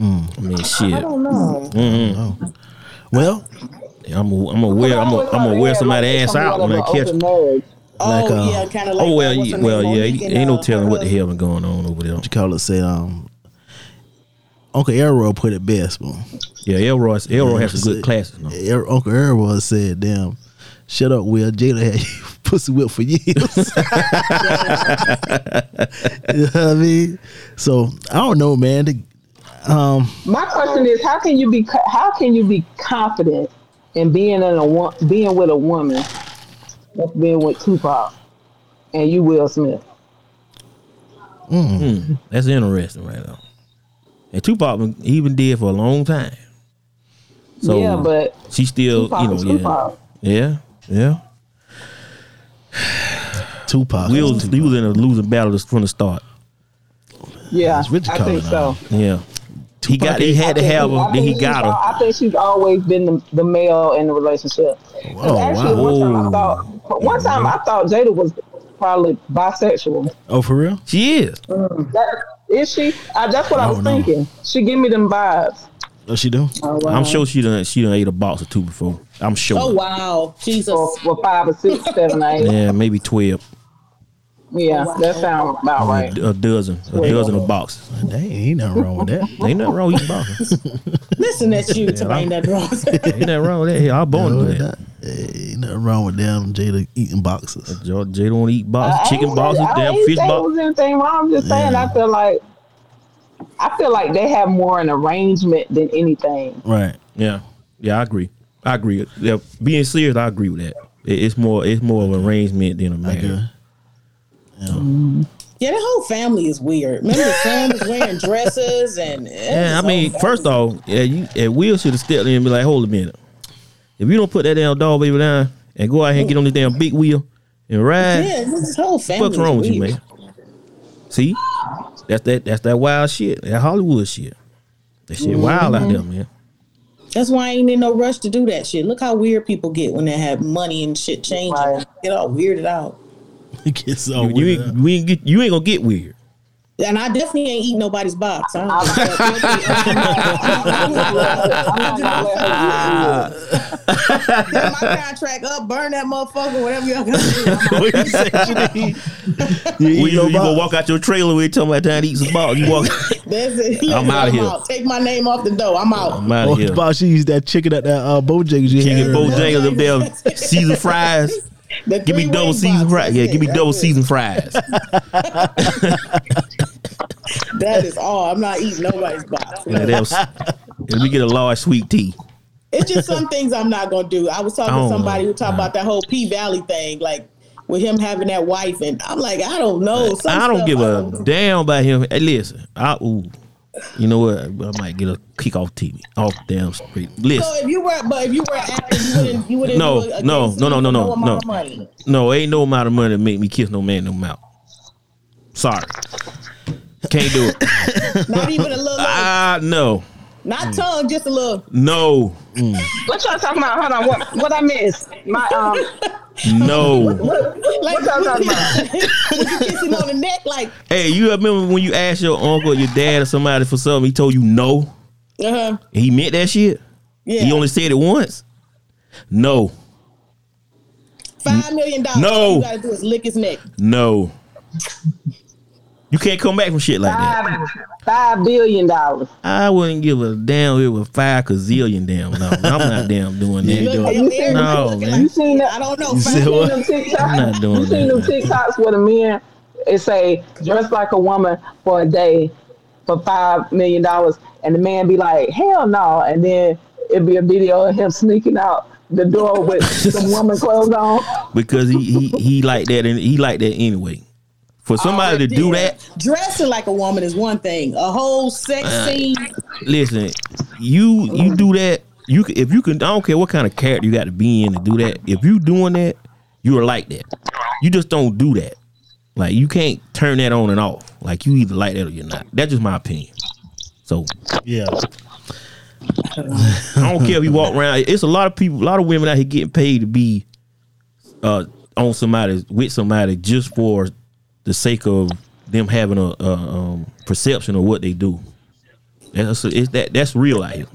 C: I mean, shit.
D: don't know.
A: Well,
C: I'm a, I'm aware I'm a, I'm
E: Like,
C: gonna wear
E: yeah,
C: somebody's
E: like
C: ass
E: something
C: out
E: of
C: when I
E: an
C: catch.
E: open marriage.
D: Oh,
A: Like, uh,
D: yeah, kind of like.
C: Oh well,
D: that. What's
C: yeah,
D: her
C: well,
D: name?
C: yeah.
D: Monique and,
C: Ain't no
D: uh,
C: telling
D: her
C: what the
D: husband.
C: hell been going on over there.
A: you call it said um, Uncle Elroy put it best, but
C: Yeah, Elroy Elroy has some good
A: Shit.
C: classes. Now.
A: El- Uncle Elroy said, "Damn, shut up, Will. Jada had you pussy whipped for years." you know what I mean? So I don't know, man. The-
E: My question is, how can you be co- how can you be confident in being in a wo- being with a woman that's being with Tupac and you Will Smith?
C: That's interesting right now. And Tupac been- he been dead for a long time. So
E: yeah, but
C: she still,
E: Tupac is
C: you know,
E: Tupac.
C: yeah, yeah, yeah.
A: Tupac.
C: We was, he was in a losing battle from the start.
E: yeah,
A: It's Richard
E: I think
A: Colin,
E: so.
C: Yeah, he got he
E: I
C: had to
E: think
C: have
E: she-
C: her,
E: I
C: then he
E: think she's
C: got
E: al-
C: her.
E: I think she's always been the, the male in the relationship. 'Cause
A: Oh,
E: actually, one time
C: wow.
E: I thought, but one time I thought Jada was probably bisexual.
A: oh, for real?
C: She is.
E: That, is she? I, that's what I,
A: I
E: was
A: don't know.
E: thinking. She give me them vibes.
A: Oh, she do.
C: I'm sure she done she done ate a box or two before. I'm sure.
D: uh, Oh wow, Jesus.
E: Or, or five or six, seven, eight.
C: Yeah, maybe twelve.
E: Yeah, that sounds about right.
C: A dozen, a dozen of boxes.
A: Dang, ain't nothing wrong with that.
C: Ain't nothing wrong with eating boxes.
D: Listen at you, Tabaina Draws.
C: Ain't nothing wrong with that. Hell, I was born
A: No,
C: to do
A: it
C: that.
A: not. Ain't nothing wrong with them Jada eating boxes.
C: Y'all, Jay don't eat
E: I
C: boxes,
E: ain't
C: chicken
E: say-
C: boxes,
E: I
C: damn
E: ain't
C: fish
E: say it
C: boxes.
E: was anything wrong. I'm just saying. I feel like I feel like they have more an arrangement than anything.
A: Right.
C: Yeah, yeah, I agree. I agree. Yeah, being serious, I agree with that. It- It's more, it's more of an arrangement than a marriage.
A: Yeah.
D: Yeah, the whole family is weird. Remember, the son was wearing dresses and
C: Yeah, I mean, first off, yeah, you, yeah, Will should have stepped in and be like, "Hold a minute, if you don't put that damn dog baby down and go out here and get on this damn big wheel and ride,
D: yeah, this whole family.
C: what's wrong
D: is
C: with you,
D: weird.
C: man? See, that's that that's that wild shit, that Hollywood shit, that shit wild out there, man.
D: That's why I ain't in no rush to do that shit. Look how weird people get when they have money and shit changing.
E: Right.
D: Get all weirded out.
A: It gets all
C: You
A: weird.
C: ain't, we ain't get, you ain't gonna get weird.
D: And I definitely ain't eat nobody's box. I don't
E: I'm not gonna let her get me.
D: Get my contract up, burn that motherfucker, whatever y'all gonna do. I'm out.
C: What you say?
A: You
C: Well,
A: eat
C: you,
A: no
C: you gonna
A: box.
C: walk out your trailer with tell me about time to eat some balls. You walk.
D: That's it. Yes,
C: I'm outta here.
D: Take my name off the door. I'm out.
C: I'm out
A: Oh,
C: of here.
A: Bob, she used that chicken at that uh, Bojangles. You
C: Chicken
A: had earlier.
C: Bojangles, them damn season fries.
D: The
C: Give me
D: three-wing
C: double
D: box.
C: season fries.
D: That's
C: Yeah,
D: it.
C: give me
D: That's
C: double
D: it.
C: season fries.
D: That is all. I'm not eating nobody's box.
C: Yeah, that was- Let me get a large sweet tea.
D: It's just some things I'm not gonna do. I was talking
C: I
D: to
C: don't
D: somebody
C: know.
D: who talked about that whole P Valley thing, like with him having that wife, and I'm like, I don't know. Some
C: I don't
D: stuff
C: give
D: I
C: a
D: don't do.
C: damn about him. Hey, listen, I ooh, you know what? I might get a kick off TV off damn street.
D: So
C: Listen,
D: if you were, but if you were acting, you wouldn't. You wouldn't.
C: No,
D: do it
C: no,
D: against
C: no, no, no,
D: for
C: no,
D: amount of
C: no.
D: money.
C: no, ain't no amount of money to make me kiss no man in the mouth. Sorry, can't do it.
D: Not even a little. like,
C: Ah, no, Mm.
D: not tongue, just a little.
C: no,
E: What y'all talking about? Hold on. What what I missed? My um.
C: no.
D: Like
E: What y'all talking about?
D: when you kiss him on the neck, like
C: Hey, you remember when you asked your uncle, or your dad, or somebody for something? He told you no,
D: uh huh.
C: and he meant that shit.
D: Yeah.
C: He only said it once. No,
D: Five million dollars.
C: No.
D: All you gotta do is lick his neck.
C: no. You can't come back from shit like that.
E: Five, five billion dollars.
C: I wouldn't give a damn if it was five gazillion damn. No, I'm not damn doing that.
A: You
D: Look,
A: doing-
D: your hair
C: No,
D: looking
C: man.
D: like-
E: You seen that?
D: I don't
A: You
D: know. five
A: said
E: You
A: what?
D: million-
E: seen them
C: I'm not
E: TikToks?
C: doing
E: You seen them
C: that.
E: TikToks where the men it say dress like a woman for a day for five million dollars, and the man be like, "Hell no!" And then it'd be a video of him sneaking out the door with some woman clothes on.
C: because he, he he like that and he like that anyway. For somebody to do
D: Yeah.
C: that,
D: Dressing like a woman is one thing. A whole sex scene.
C: listen, you you do that. You c- if you can, I don't care what kind of character you got to be in to do that. If you doing that, you are like that. You just don't do that. Like you can't turn that on and off. Like you either like that or you're not. That's just my opinion. So
A: Yeah.
C: I don't care if you walk around. It's a lot of people, a lot of women out here getting paid to be uh, on somebody with somebody just for the sake of them having a, a um, perception of what they do. That's it's that that's real out here.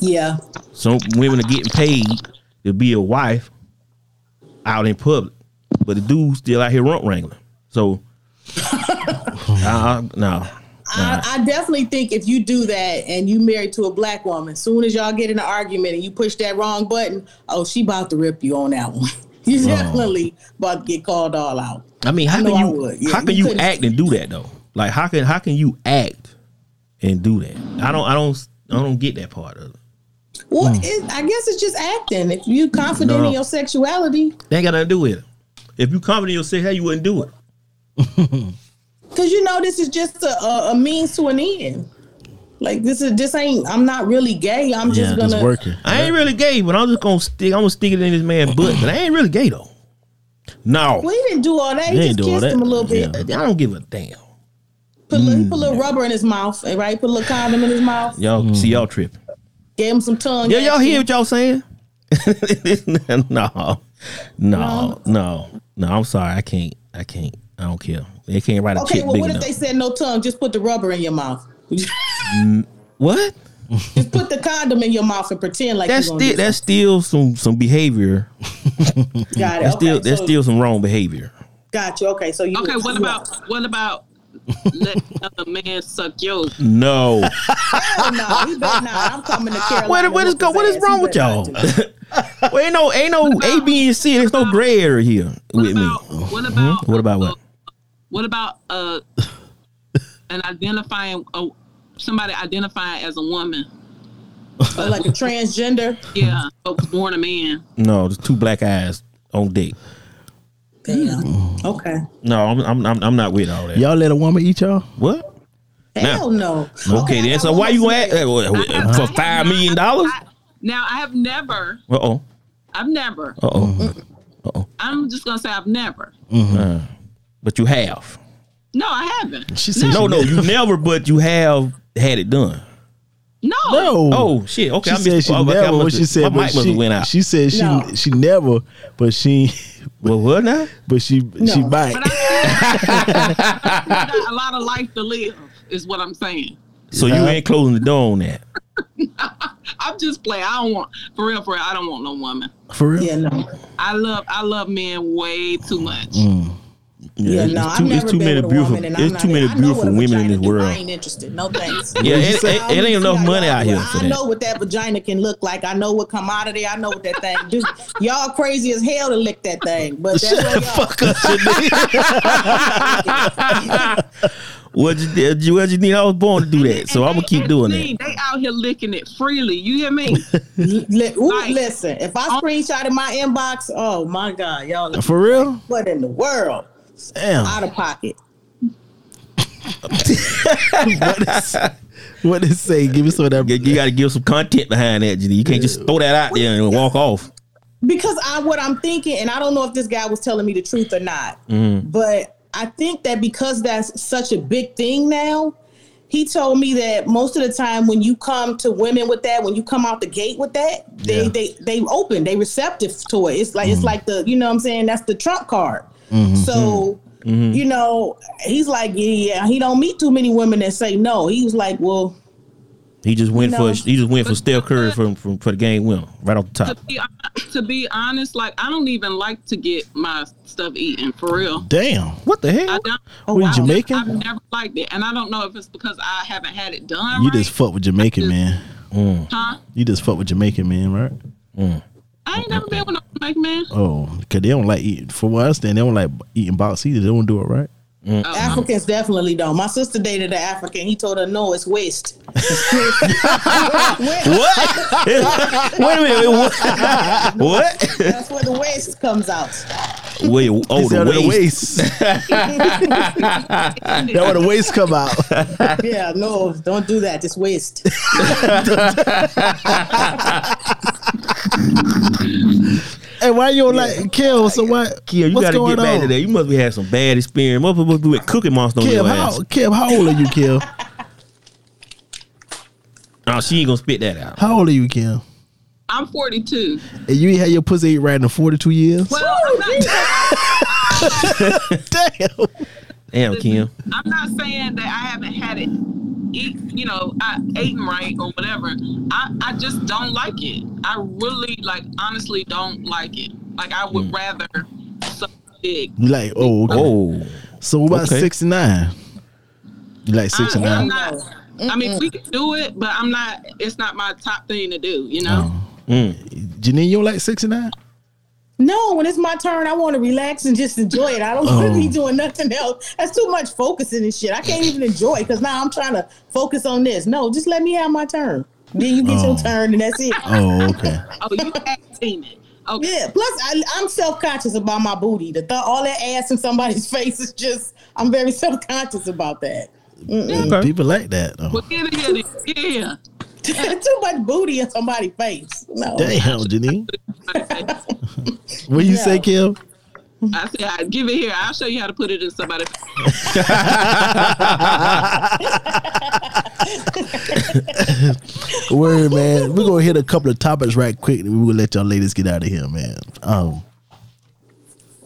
D: Yeah.
C: Some women are getting paid to be a wife out in public, but the dude's still out here rump wrangling. So, uh, no,
D: I, I definitely think if you do that and you married to a black woman, soon as y'all get in an argument and you push that wrong button, oh, she about to rip you on that one. You definitely about to get called all out.
C: I mean, how
D: I know
C: can
D: I
C: you
D: would. Yeah,
C: how can
D: you
C: you,
D: couldn't-
C: act and do that though? Like how can how can you act and do that? I don't I don't I don't get that part of it.
D: Well, it, I guess it's just acting. If you confident
C: No.
D: in your sexuality,
C: They ain't got nothing to do with it. If you confident in yourself, how you wouldn't do it?
D: because you know this is just a, a, a means to an end. Like this is this ain't. I'm not really gay. I'm
A: Yeah,
D: just gonna.
A: just working.
C: I ain't really gay, but I'm just gonna stick I'm gonna stick it in this man's butt. But I ain't really gay though. No.
D: Well, he didn't do all that. He,
A: He ain't
D: just
A: do all
D: kissed
A: that.
D: him a little bit.
C: I don't give a damn.
D: Put, a little, he put a
C: Mm.
D: little rubber in his mouth, eh, right? Put a little condom in his mouth.
C: Y'all see y'all tripping.
D: Gave him some tongue.
C: Yeah, y'all
D: action.
C: hear what y'all saying? no, no, no, no. I'm sorry, I can't. I can't. I don't care. They can't write a
D: Okay,
C: check
D: well,
C: big
D: what if
C: enough.
D: they said no tongue? Just put the rubber in your mouth. just
C: what?
D: put the condom in your mouth and pretend like
C: that's
D: you're
C: still
D: gonna do
C: that's still some some behavior.
D: something. Got it.
C: That's still
D: Okay,
C: that's
D: so
C: still some wrong behavior.
D: Got you. Okay, so you.
E: Okay, what
D: you-
E: about what about let another man suck yours?
C: No.
D: Hell Oh, no, he better not. I'm coming to Carolina.
C: what, what is
D: with his
C: go, what is
D: ass.
C: wrong
D: He
C: with
D: better
C: y'all?
D: not do
C: well, ain't no ain't no A, B, and C. There's no gray area here
E: What
C: with me. Hmm?
E: about what about
C: What about what?
E: what about uh an identifying uh, somebody identifying as a woman?
D: it. Or Oh, like a transgender.
E: Yeah, but was born a man.
C: No, there's two black eyes on date.
D: Damn. Okay.
C: No, I'm I'm I'm, I'm not with all that.
A: Y'all let a woman eat y'all?
C: What?
D: Hell no.
C: Okay, then. So why you gonna ask uh, for five million dollars?
E: I- Now I have never,
C: Uh oh.
E: I've never.
C: Uh oh.
A: Mm-hmm.
E: I'm just gonna say I've never.
C: But you have.
E: No, I haven't.
A: She said
C: No,
A: she
C: no,
A: never-
C: you never. But you have had it done.
E: No,
A: No.
C: Oh shit. Okay,
A: She
C: I
A: said
C: missed.
A: she
C: okay, I
A: never.
C: must've-
A: What she said,
C: my
A: but
C: mic must
A: she,
C: have went out.
A: she said she
D: No.
A: she never, but she
C: well, what now?
A: but she she might.
E: but I, I got a lot of life to live. Is what I'm saying.
C: So you
A: Yeah.
C: ain't closing the door on that.
E: I'm just playing. I don't want for real. For real, I don't want no woman.
A: For real?
D: Yeah, no.
E: I love I love men way too much.
C: Mm.
D: Yeah,
C: it's
D: no.
C: too-
D: I've never
C: it's too
D: been
C: many
D: with a
C: beautiful.
D: woman and I'm
C: It's
D: not-
C: too many
D: I know
C: beautiful
D: what a
C: women in
D: vagina
C: this
D: do. I
C: world.
D: ain't interested. No thanks.
C: Yeah, it,
D: I
C: it, it
D: don't need
C: ain't enough
D: to "Oh, see how
C: money
D: y'all
C: out
D: do
C: here
D: it.
C: for
D: I know
C: that.
D: what that vagina can look like. I know what come out of there. I know what that thing do. Y'all crazy as hell to lick that thing. But that's what y'all.
C: Fuck up, Janine. what you did? you- What you need? I was born to do that, so
E: And
C: I'm gonna
E: they-
C: keep
E: and
C: doing
E: see,
C: that.
E: They out here licking it freely. You hear me?
D: Li- ooh,
E: Like-
D: listen, if I screenshot in my inbox, oh my god, y'all, like,
A: For real?
D: what in the world? Out
A: Damn.
D: of pocket.
A: What it say? Give me some of that.
C: You, you got to give some content behind that, Janine. You can't just throw that out there and walk off.
D: because I what I'm thinking, and I don't know if this guy was telling me the truth or not, but I think that because that's such a big thing now, he told me that most of the time when you come to women with that, when you come out the gate with that, they
A: Yeah.
D: they they open, they receptive to it. It's like it's like the you know what I'm saying that's the trump card. So. You know, he's like, yeah, he don't meet too many women that say no. He was like, well,
C: He just went for
D: No.
C: he just went for Steph Curry from, from for the game winner right off the
E: to,
C: top.
E: be, to be honest, like I don't even like to get my stuff eaten for real.
A: Damn.
C: What the
E: I
C: hell?
E: don't.
A: We
E: I've never-
A: Jamaican?
E: I've never liked it, and I don't know if it's because I haven't had it done.
A: You
E: right,
A: just fuck with Jamaican man.
E: huh?
A: You just fuck with Jamaican man, right?
E: I ain't never been with no black man.
A: Oh, cause they don't like eating. For what I understand, they don't like eating box either. They don't do it right. Uh-huh.
D: Africans definitely don't. My sister dated an African. He told her, no, it's West.
C: What? Wait a minute. What? what?
D: That's where the waste comes out.
C: Wait. Oh,
A: It's out
C: the
A: of
C: waist.
A: waist. that where the waist come out.
D: Yeah, no, don't do that. It's waste.
A: hey, why you don't like Kim? So why?
C: Kim, you
A: what's
C: got to
A: going
C: get back
A: on?
C: to that. You must be had some bad experience. Motherfucker must be with Cookie Monster on
A: Kim,
C: your
A: how
C: ass.
A: Kim, how old are you, Kim?
C: Oh, she ain't gonna spit that out.
A: How old are you, Kim?
E: I'm 42.
A: And you ain't had your pussy ate right in forty two years.
E: Well, I'm not,
A: Damn.
C: Damn, Kim.
E: I'm not saying that I haven't had it. Eat, you know, I eaten right or whatever. I, I just don't like it. I really like, honestly, don't like it. Like I would rather suck dick.
A: You like? Oh, okay.
C: Oh,
A: So what about
C: Okay.
A: sixty nine? You like
E: I,
A: sixty
E: Uh, I'm
A: nine?
E: not. I mean, we can do it, but I'm not. It's not my top thing to do. You know.
A: Janine, you don't like sixty nine?
D: No, when it's my turn, I want to relax and just enjoy it. I don't want
A: Oh.
D: to be doing nothing else. That's too much focusing and shit. I can't even enjoy it because now I'm trying to focus on this. No, just let me have my turn. Then you get
A: Oh.
D: your turn and that's it.
A: Oh, okay.
E: Oh, you have seen it. Okay.
D: Yeah. Plus, I, I'm self conscious about my booty. The th- all that ass in somebody's face is just. I'm very self conscious about that.
C: Okay.
A: People like that. Though.
E: Well, get it, get it. Yeah.
D: too much booty in somebody's face. No.
A: Damn, Janine.
E: I
A: What you
D: No.
A: say, Kim?
E: said, I give it here. I'll show you how to put it in somebody.
A: Word, man. We're gonna hit a couple of topics right quick, and we will let y'all ladies get out of here, man. Um,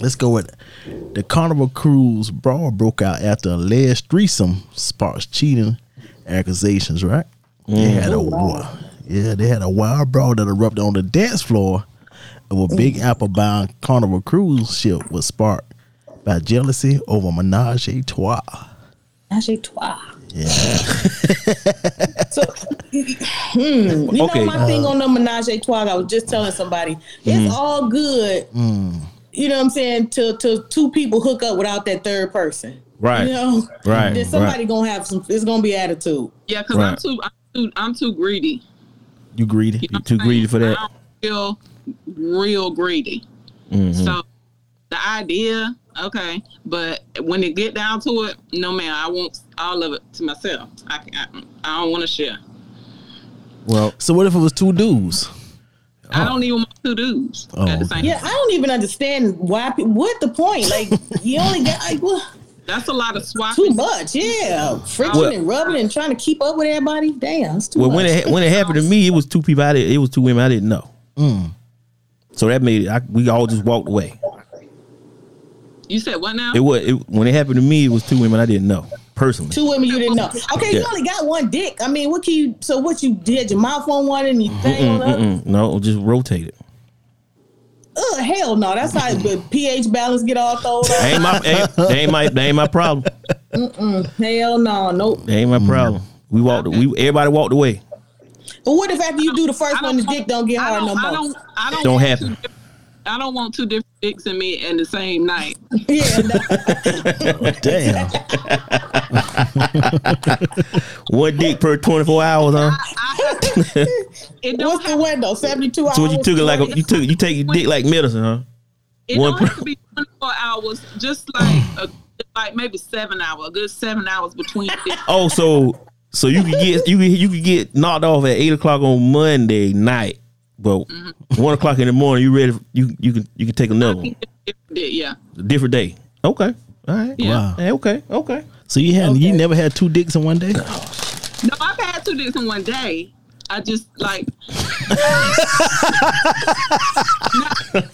A: let's go with the Carnival Cruise brawl broke out after alleged threesome sparks cheating accusations. Right? They
C: Mm.
A: had a wa- yeah, they had a wild brawl that erupted on the
C: Mm.
A: dance floor of a Big Apple bound Carnival Cruise ship was sparked by jealousy over menage a trois.
D: Menage a trois.
A: Yeah.
D: So, hmm, you
C: Okay.
D: know my thing on the menage a trois. I was just telling somebody
C: Mm-hmm.
D: it's all good.
C: Mm.
D: You know what I'm saying? Till till two people hook up without that third person.
C: Right.
D: You know.
C: Right,
D: Then somebody
C: right.
D: gonna have some. It's gonna be attitude.
E: Yeah, because I'm
C: Right.
E: too, I'm too, I'm too greedy.
A: You greedy.
C: You too greedy for that.
E: I'm real, real greedy.
C: Mm-hmm.
E: So the idea, okay, but when it get down to it, no man, I want all of it to myself. I, I, I don't want to share.
C: Well,
A: So what if it was two dudes?
C: Oh.
E: I don't even want two dudes
A: Oh,
E: at the same.
D: Yeah, I don't even understand why. pe- What the point? Like you only got like what,
E: That's a lot of swapping.
D: too much. Yeah, friction
C: Well-
D: and rubbing and trying to keep up with everybody. Damn, it's too
C: well,
D: much.
C: when it when it happened to me, it was two people. I did, it was two women I didn't know. So that made it, I, we all just walked away.
E: You said what now?
C: It was it, when it happened to me. It was two women I didn't know personally.
D: Two women you didn't know. Okay, you
C: Yeah.
D: only got one dick. I mean, what can you? So what you did? Your mouth on one and you thing on the other.
C: Mm-mm, Mm, no, just rotated.
D: Ugh, hell no. That's how the pH balance get all thrown
C: That
D: off.
C: ain't my ain't, that ain't my that ain't my problem.
D: hell no, nope.
C: That ain't my problem. We walked. We everybody walked away.
D: But what if after you do the first
E: I
D: one, the
E: don't
D: dick don't get
E: I
D: hard no
E: don't,
D: more?
E: I don't, I don't,
C: Don't
E: want
C: happen.
E: two different- I don't want two different dicks in me in the same night.
D: yeah, no.
A: Damn.
C: One dick per twenty four hours, huh?
E: It don't
D: What's the window? Seventy two hours.
C: So what you took it like a, you took you take your dick like medicine, huh?
E: It
C: One
E: don't
C: per-
E: have to be 24 hours, just like a, like maybe seven hours, a good seven hours between. it.
C: Oh, so so you could get you could, you could get knocked off at eight o'clock on Monday night, but one o'clock in the morning you ready? You you can you can take another one,
E: yeah.
C: a different day. Okay, all right,
E: Yeah.
A: Wow.
C: Hey, okay, okay.
A: So you had you never had two dicks in one day?
E: No, I've had two dicks in one day. I just like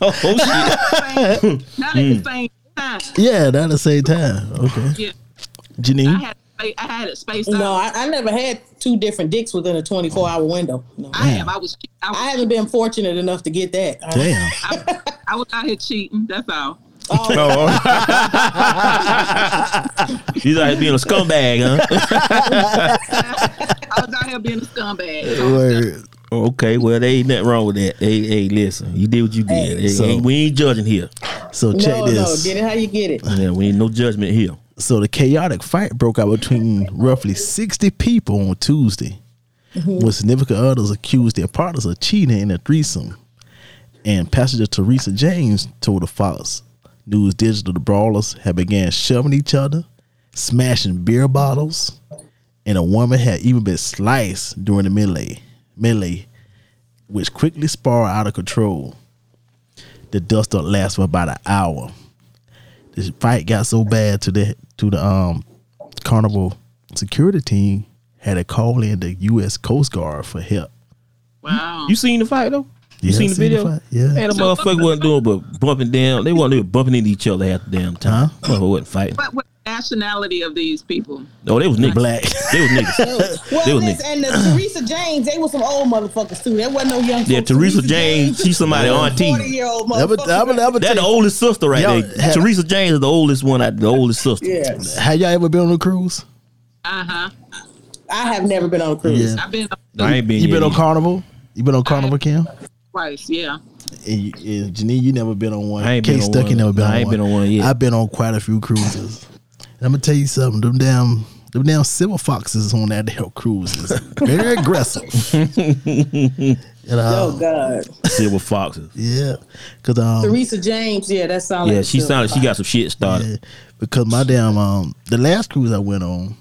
C: Oh shit!
E: not
C: Hmm.
E: at the same time.
A: Yeah, not at the same time. Okay.
E: Yeah, I
A: Janine.
E: had I had it spaced out.
D: No,
C: Um,
D: I, I never had two different dicks within a twenty four hour window. No.
E: I have. I was. I
D: I
E: was.
D: haven't been fortunate enough to get that.
A: Damn.
E: I, I was out here cheating. That's all.
D: Oh,
C: You like being a scumbag, huh?
E: I was out here being a scumbag.
A: Word.
C: Oh, okay, well, there ain't nothing wrong with that. Hey, hey, listen, you did what you did. Hey,
A: So-
C: hey, we ain't judging here.
A: So check
D: no, no,
A: this.
D: get it how you get it.
C: Yeah, we ain't no judgment here.
A: So the chaotic fight broke out between roughly 60 people on Tuesday, when significant others accused their partners of cheating in a threesome. And passenger Teresa James told the Fox News Digital the brawlers had began shoving each other, smashing beer bottles, and a woman had even been sliced during the melee, melee which quickly spiraled out of control. The dust up lasted for about an hour the fight got so bad to the to the um carnival security team had to call in the U.S. Coast Guard for help.
E: Wow.
C: You seen the fight though? You
A: Yeah,
C: seen the
A: seen the
C: video?
A: fight, yeah.
C: And the motherfucker wasn't doing but bumping down. They wasn't even bumping into each other half the damn time. Motherfucker wasn't fighting.
E: what what nationality of these people?
C: No, they was niggas.
A: Black.
C: They was niggas. they
D: Well,
C: was
D: this,
C: niggas.
D: and the Teresa James, they were some old motherfuckers too. There wasn't no young.
C: Yeah,
D: folks.
C: Teresa James, she somebody
D: forty
C: auntie.
D: year old
A: I'ma- I'ma-
D: motherfucker.
A: I'ma
C: That the
A: tell
C: oldest sister right
A: Y'all
C: there.
A: had-
C: Teresa James is the oldest one. out- The oldest sister.
A: you,
D: Yes,
A: Have y'all ever been on a cruise?
E: Uh huh.
D: I have never been on a cruise.
E: I've been up
C: I ain't been.
A: You been
C: yet.
A: on carnival? You been on carnival, Kim?
E: twice. Yeah.
A: And, you, and Janine, you never been on one.
C: I ain't
A: Kay
C: been on
A: Stuckey
C: one.
A: never been
C: No,
A: on
C: I ain't
A: one.
C: been on one yet.
A: I've been on quite a few cruises. And I'm gonna tell you something. Them damn, them damn silver foxes on that damn cruise is very aggressive. and, uh,
C: um,
D: Oh God,
C: Silver Foxes.
A: yeah, because um,
D: Teresa James. Yeah, that sounds.
C: Yeah,
D: like
C: she
D: a
C: sounded. She
D: silver
C: got some shit
A: Yeah,
C: started.
A: because my damn um the last cruise I went on,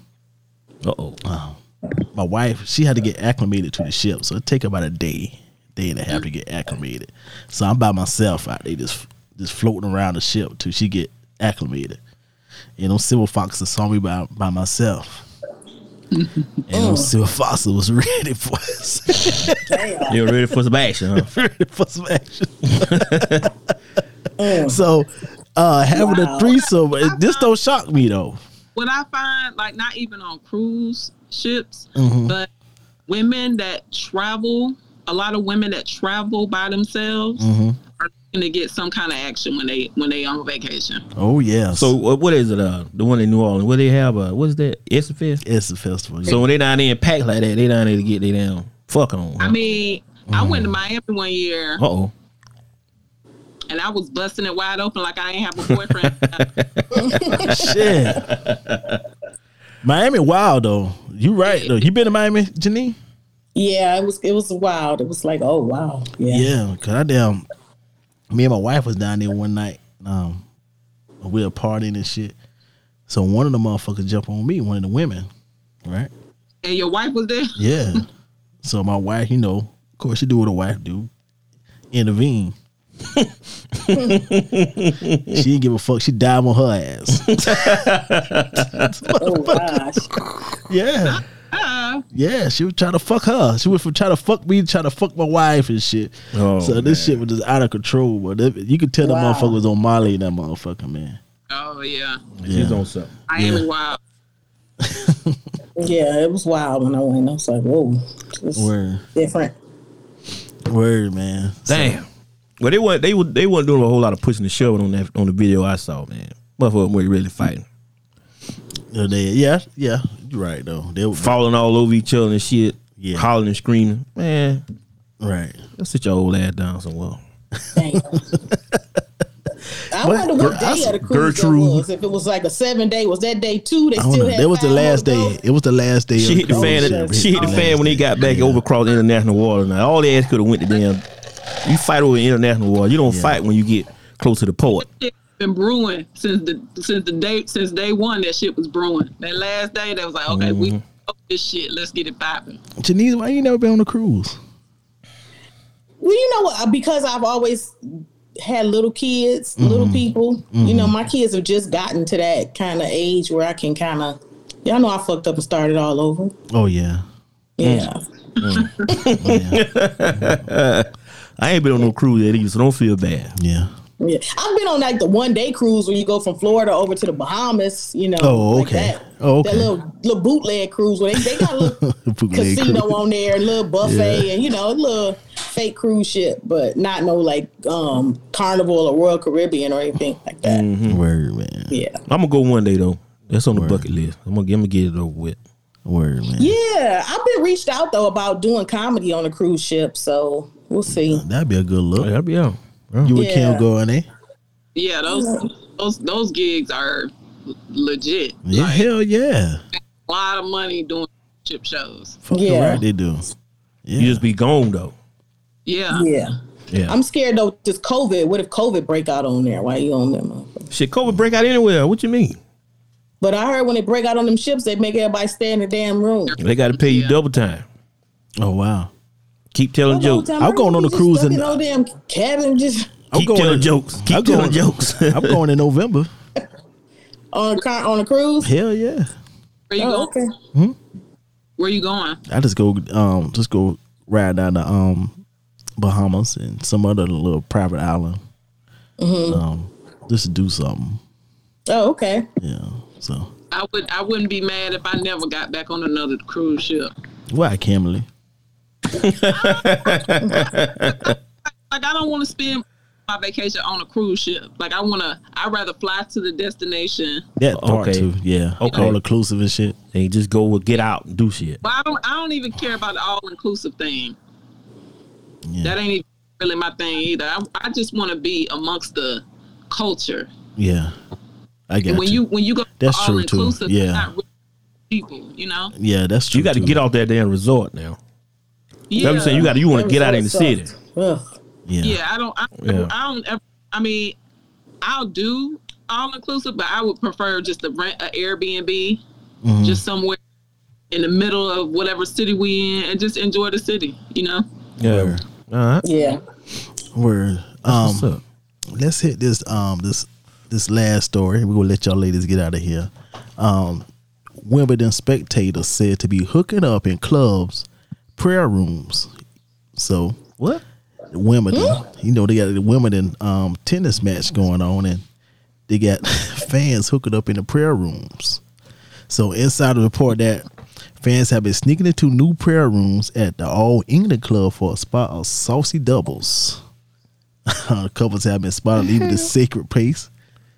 C: Uh oh.
A: Uh-huh. my wife she had to get acclimated to the ship, so it take about a day, day and a half to get acclimated. So I'm by myself out there just just floating around the ship till she get acclimated. And them silver foxes saw me by by myself. And them silver foxes was ready for us,
C: They were ready for some action, huh?
A: ready for some action. so uh having a
D: Wow.
A: threesome, it, this don't shock me though.
E: what I find, like not even on cruise ships, but women that travel, a lot of women that travel by themselves are to get some kind of action when they when they on vacation.
A: Oh yeah.
C: So what what is it? Uh, the one in New Orleans where they have uh, what's that? It's a fest.
A: it's a festival.
C: So when they down there and pack like that, they down there to get they down fuck on.
E: I mean, I went to Miami one year
C: uh oh,
E: and I was busting it wide open like I ain't have a boyfriend.
A: shit. Miami, wild though. You right though. You been to Miami, Janine?
D: Yeah, it was it was wild. It was like, oh wow. Yeah.
A: Yeah, cause I damn me and my wife was down there one night. Um, we were partying and shit. So one of the motherfuckers jumped on me, one of the women, right?
E: and your wife was there.
A: Yeah. so my wife, you know, of course she do what a wife do, intervene. she didn't give a fuck. She dive on her ass.
D: Oh gosh.
A: Yeah.
E: Uh,
A: Yeah, she was trying to fuck her. She was from trying to fuck me, trying to fuck my wife and shit.
C: Oh,
A: so this shit was just out of control, but that- you could tell the
D: Wow.
A: motherfucker was on Molly, that motherfucker, man.
E: oh yeah,
C: she's on something.
E: Miami wild.
D: Yeah, it was wild when I went. I was like, whoa, it's
A: Word.
D: different.
A: Word, man.
C: Damn. Well, they weren't they were they weren't doing a whole lot of pushing and shoving on that on the video I saw, man. Motherfucker, were really fighting,
A: Yeah, they- yeah, yeah. You're right though. They were
C: falling all over each other and shit,
A: Yeah.
C: hollering and screaming. Man,
A: right.
C: let's sit your old ass down somewhere.
D: Damn. I wonder what day of the cruise that
C: Gertrude.
D: was. If it was like a seven day, was that day two? They
A: I don't
D: still
A: know.
D: had.
A: That was the
D: five more
A: last
D: to go?
A: day. It was the last day.
C: She hit the
A: cruise
C: fan.
A: ship.
C: she hit the fan when they got back
A: Yeah.
C: over across international water. Now all their ass could have went to them. You fight over international water. You don't fight when you get close to the port.
E: Shit Been brewing since the since the day since day one. That shit was brewing. That last day, that was like, okay, we fuck this shit. Let's get it popping.
A: Janice, why you never been on a cruise?
D: Well, you know what? uh, Because I've always had little kids,
A: Mm-hmm.
D: little people. You know, my kids have just gotten to that kind of age where I can kind of. Y'all know I fucked up and started all over.
A: Oh yeah.
D: Yeah.
C: I ain't been on no cruise yet either, so don't feel bad.
A: Yeah.
D: Yeah. I've been on like the one day cruise where you go from Florida over to the Bahamas, you know.
A: Oh,
D: like
A: okay.
D: that.
A: Oh, okay.
D: That little, little bootleg cruise where they, they got a little
A: Bootleg
D: casino
A: cruise.
D: on there and little buffet and, you know, a little fake cruise ship, but not no like um Carnival or Royal Caribbean or anything like that.
A: Mm-hmm. Word, man.
D: Yeah.
C: I'm gonna go one day though. That's on the bucket list. I'm gonna, I'm gonna get it over with.
A: Word, man.
D: Yeah. I've been reached out though about doing comedy on a cruise ship, so we'll see.
A: That'd be a good look.
C: Oh, That'll be out.
A: You and Kim
D: Yeah.
A: going eh?
E: Yeah, those those those gigs are legit.
A: Yeah,
E: Like,
A: hell yeah.
E: a lot of money doing chip shows.
A: Fucking
D: Yeah.
A: right they do. Yeah.
C: You just be gone though.
E: Yeah.
D: Yeah.
C: Yeah.
D: I'm scared though, this COVID. What if COVID break out on there? Why you on that motherfucker?
C: Shit, COVID break out anywhere. What you mean?
D: But I heard when they break out on them ships, they make everybody stay in the damn room.
C: They got to pay you double time.
A: oh wow.
C: Keep telling jokes.
A: I'm going on the cruise
D: and
A: in-
D: no damn cabin, just
A: I'm
C: Keep
A: going-
C: telling jokes. Keep
A: I'm
C: telling
A: going-
C: jokes.
A: I'm going in November.
D: on a car on a cruise.
A: Hell yeah.
E: Where you
D: Oh,
E: going?
D: okay.
E: Where you going?
A: I just go um just go ride down to um Bahamas and some other little private island.
E: Mm-hmm.
A: Um just to do something.
D: Oh, okay.
A: Yeah. So
E: I would I wouldn't be mad if I never got back on another cruise ship.
A: why Kimberly?
E: Like I don't want to spend my vacation on a cruise ship. Like I want to. I would rather fly to the destination.
A: That part
C: Okay.
A: too. Yeah.
C: Okay.
A: All inclusive and shit.
C: They just go and get out and do shit.
E: But I don't. I don't even care about the all inclusive thing.
A: Yeah.
E: That ain't even really my thing either. I, I just want to be amongst the culture.
A: yeah. I got
E: And when you when you go
A: That's
E: all
A: true, too.
E: inclusive,
A: Yeah.
E: it's not really people. You know.
A: Yeah, that's true.
C: You got to
A: too.
C: get off that damn resort now. You know what I'm saying? You got to, you want to
D: That
C: get out in the
D: resort
C: city.
D: sucks. Ugh.
A: Yeah.
E: Yeah, I don't. I,
C: Yeah.
E: I don't. ever- I mean, I'll do all inclusive, but I would prefer just to rent an Airbnb,
C: Mm-hmm.
E: just somewhere in the middle of whatever city we in, and just enjoy the city. You know.
C: Yeah. All right.
D: Yeah.
A: Word.
C: What's
A: Um
C: up?
A: let's hit this um this this last story. We're gonna let y'all ladies get out of here. Um Wimbledon spectator said to be hooking up in clubs, prayer rooms. So
C: What?
A: Wimbledon. You know, they got the Wimbledon um, tennis match going on, and they got fans hooking up in the prayer rooms. So, inside the report that fans have been sneaking into new prayer rooms at the All England Club for a spot of saucy doubles. uh, couples have been spotted leaving the sacred place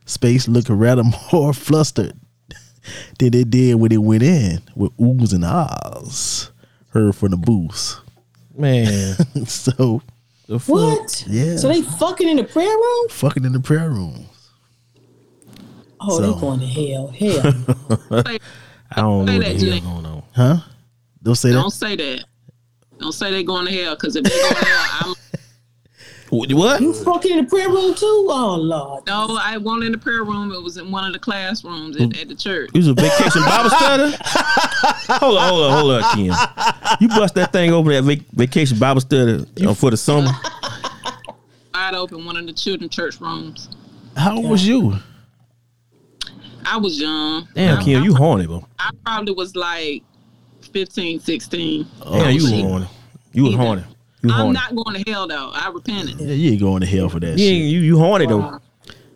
A: space looking rather more flustered than they did when they went in with oohs and ahs heard from the booths.
C: Man,
A: so
C: the fuck?
D: What?
A: Yeah.
D: So they fucking in the prayer room?
A: fucking in the prayer room.
D: Oh,
A: So-
D: they going to hell. Hell.
E: Say-
C: I don't know
E: Say
C: what the
E: that,
C: hell
E: Jay.
C: going on.
A: Huh? Don't say
E: Don't
A: that.
E: say that. Don't say they going to hell because if they go to hell, I'm
C: Wh- What?
D: you fucking in the prayer room too? Oh, Lord.
E: no. I won't in the prayer room. It was in one of the classrooms at, at the church.
C: It was a vacation Bible study. hold on, hold on, hold on, Kim. You bust that thing over that vac- vacation Bible study uh, for the summer.
E: Wide open, one of the children church rooms.
A: How old was you?
E: I was young.
C: Damn,
E: I,
C: Kim,
E: I-
C: you horny, bro.
E: I probably was like 15, 16.
C: Damn,
A: Oh,
C: you
E: shit.
C: horny. You was
E: Either.
C: horny. You
E: I'm
C: horny.
E: not going to hell though. I repented.
A: Yeah, you ain't going to hell for that
C: You
A: shit.
C: ain't- you you horny though.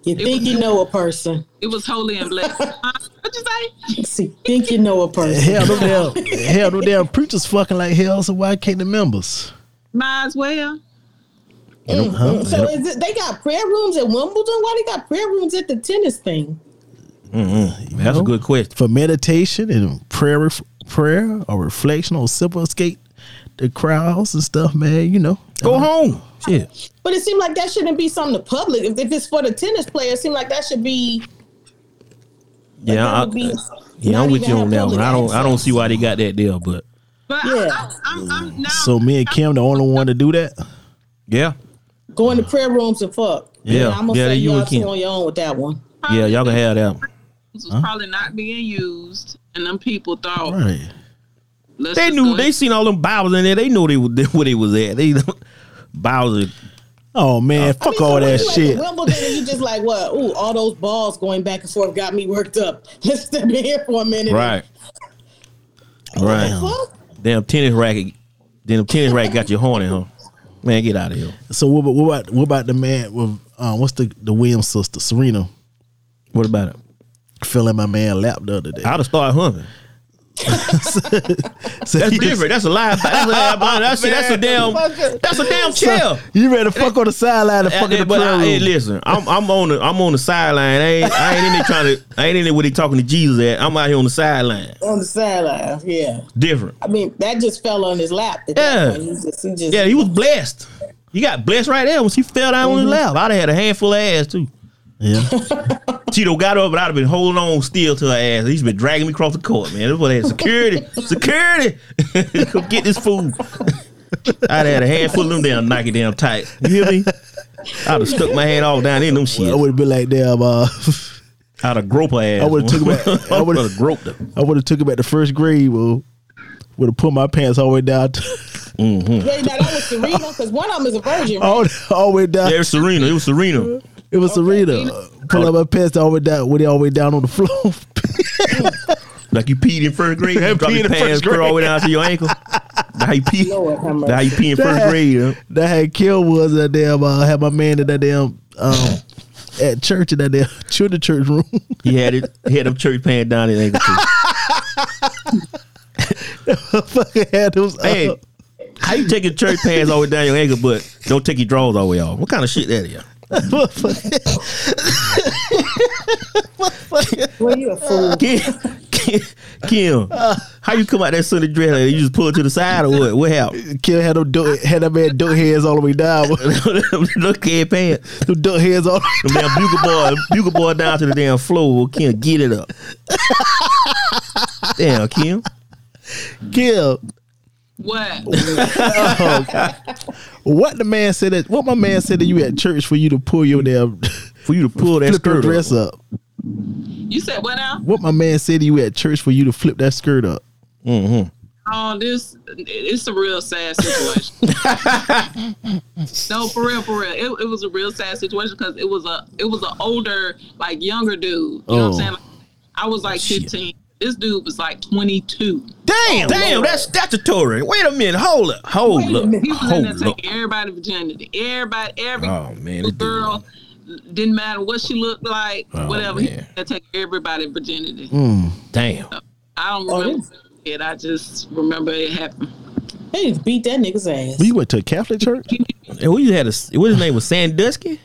D: You think you know a person.
E: It was holy and blessed. Huh? What'd you say?
D: See, think you know a person.
A: Hell, no damn, hell, no damn preachers fucking like hell. So why can't the members?
E: Might as well.
A: Huh?
D: So is it, they got prayer rooms at Wimbledon? Why they got prayer rooms at the tennis thing?
C: That's a good question.
A: for meditation and prayer, ref- prayer or reflection or simple escape the crowds and stuff, man. You know,
C: Go home. Shit.
D: But it seemed like that shouldn't be something the public. If, if it's for the tennis players, it seemed like that should be.
C: Yeah,
D: that
C: I,
D: would be
C: yeah,
D: not
C: I'm with
D: even
C: you
D: have
C: on that one.
D: public
C: I don't I don't
D: access.
C: see why they got that deal, but
E: But
D: Yeah.
E: I, I, I'm, I'm now.
A: So me and Kim, the only one to do that.
C: yeah.
D: Going to prayer rooms and fuck.
C: Yeah.
D: I'm gonna
C: Yeah,
D: say
C: you
D: y'all
C: and Kim.
D: two on your own with that one.
C: Yeah, y'all can have that. one.
E: was probably not being used, and them people thought
A: Right.
E: let's
C: They
E: just
C: knew
E: go-
C: they seen all them Bibles in there. They knew they was where they was at. They Bibles.
A: Oh man,
D: I
A: fuck
D: mean, so
A: all
D: when
A: that
D: you at
A: shit.
D: the Wimbledon and you just like what? Ooh, all those balls going back and forth got me worked up. Let's step in here for a minute.
C: Right.
D: Fuck.
C: Damn tennis racket. Damn tennis racket got you horny, huh? Man, get out of here.
A: So what, about- what about what about the man with uh, what's the the Williams sister Serena
C: What about it?
A: filling my man lap the other day?
C: I'd have started humming.
A: So
C: That's
A: he was-
C: different. That's a lie. That's a lie. That's, that's a damn. That's a damn chill.
A: You ready to fuck on the sideline and
C: I-
A: fuck in the
C: but
A: prayer
C: I,
A: room?
C: hey, listen, I'm I'm on the I'm on the sideline. I ain't I ain't in there trying to I ain't in there where they talking to Jesus at. I'm out here on the sideline.
D: On the sideline. Yeah.
C: Different.
D: I mean, that just fell on his lap. at
C: Yeah.
D: that point. He just, he just,
C: Yeah, he was blessed. He got blessed right there when she fell down on his lap. I'd have had a handful of ass too.
A: yeah.
C: Cheeto got up, but I'd have been holding on still to her ass. He's been dragging me across the court, man. That's what I had. Security, security, come get this fool. I'd have had a handful of them damn Nike damn tights. You hear me? I'd have stuck my hand all down in them shit.
A: I would have been like, damn, uh,
C: I'd have groped her ass.
A: I would've took him out- I
C: I would
A: would've-
C: have groped her.
A: I would have took him back to first grade. Well, would have put my pants all the way down, to,
D: Yeah, now that was Serena because one of them is a virgin. Right?
A: all, all the way down.
C: There's Serena. It was Serena.
A: It was Serena. Pull up my pants all the way down when they all the way down on the floor.
C: Like you peed in first grade. You dropped
A: Peed
C: your
A: in
C: pants
A: first
C: curl all the way down to your ankle. That's how you pee.
D: Lord have mercy.
C: That's how you pee in first grade. huh?
A: that had Kill was that damn uh, had my man in that damn um at church in that damn children church room.
C: He had it. He had them church pants down his ankle too.
A: Fucking had those
C: Hey,
A: uh,
C: how you take your church pants all the way down your ankle, but don't take your drawers all the way off? What kind of shit that is?
D: Well, you a fool.
C: Kim, Kim, Kim how you come out that Sunday dress? Like, you just pull it to the side or what? What happened?
A: Kill had them duck, had that man duck heads all the way down.
C: Look at pants.
A: them duck heads all the way
C: The damn bugle boy, bugle boy down to the damn floor. Kim, get it up. Damn, Kim.
A: Kill.
E: what?
A: What the man said that what my man said to you at church for you to pull your damn
C: For you to pull that
A: flip your
C: skirt
A: dress
C: up.
A: up.
E: You said what now?
A: What my man said to you at church for you to flip that skirt up.
E: Oh, this it's a real sad situation. no, for real, for real. It, it was a real sad situation because it was a it was an older, like younger dude. You know what
A: Oh.
E: I'm saying? Like, I was like 15. This dude was like 22.
C: Damn, damn, that's statutory. Wait a minute, hold up, hold
D: Wait a
C: up,
D: minute.
E: He was in there
C: hold up.
E: taking everybody virginity. Everybody, every
C: Oh man, this dude-
E: girl. Didn't matter what she looked like,
C: Oh,
E: whatever. He
C: man. Mm.
E: had to take everybody virginity.
C: damn.
E: I don't
D: Oh,
E: remember it. I just remember it happened.
D: They need to beat that nigga's ass.
A: You went to a Catholic church?
C: And we had a what his name was Sandusky.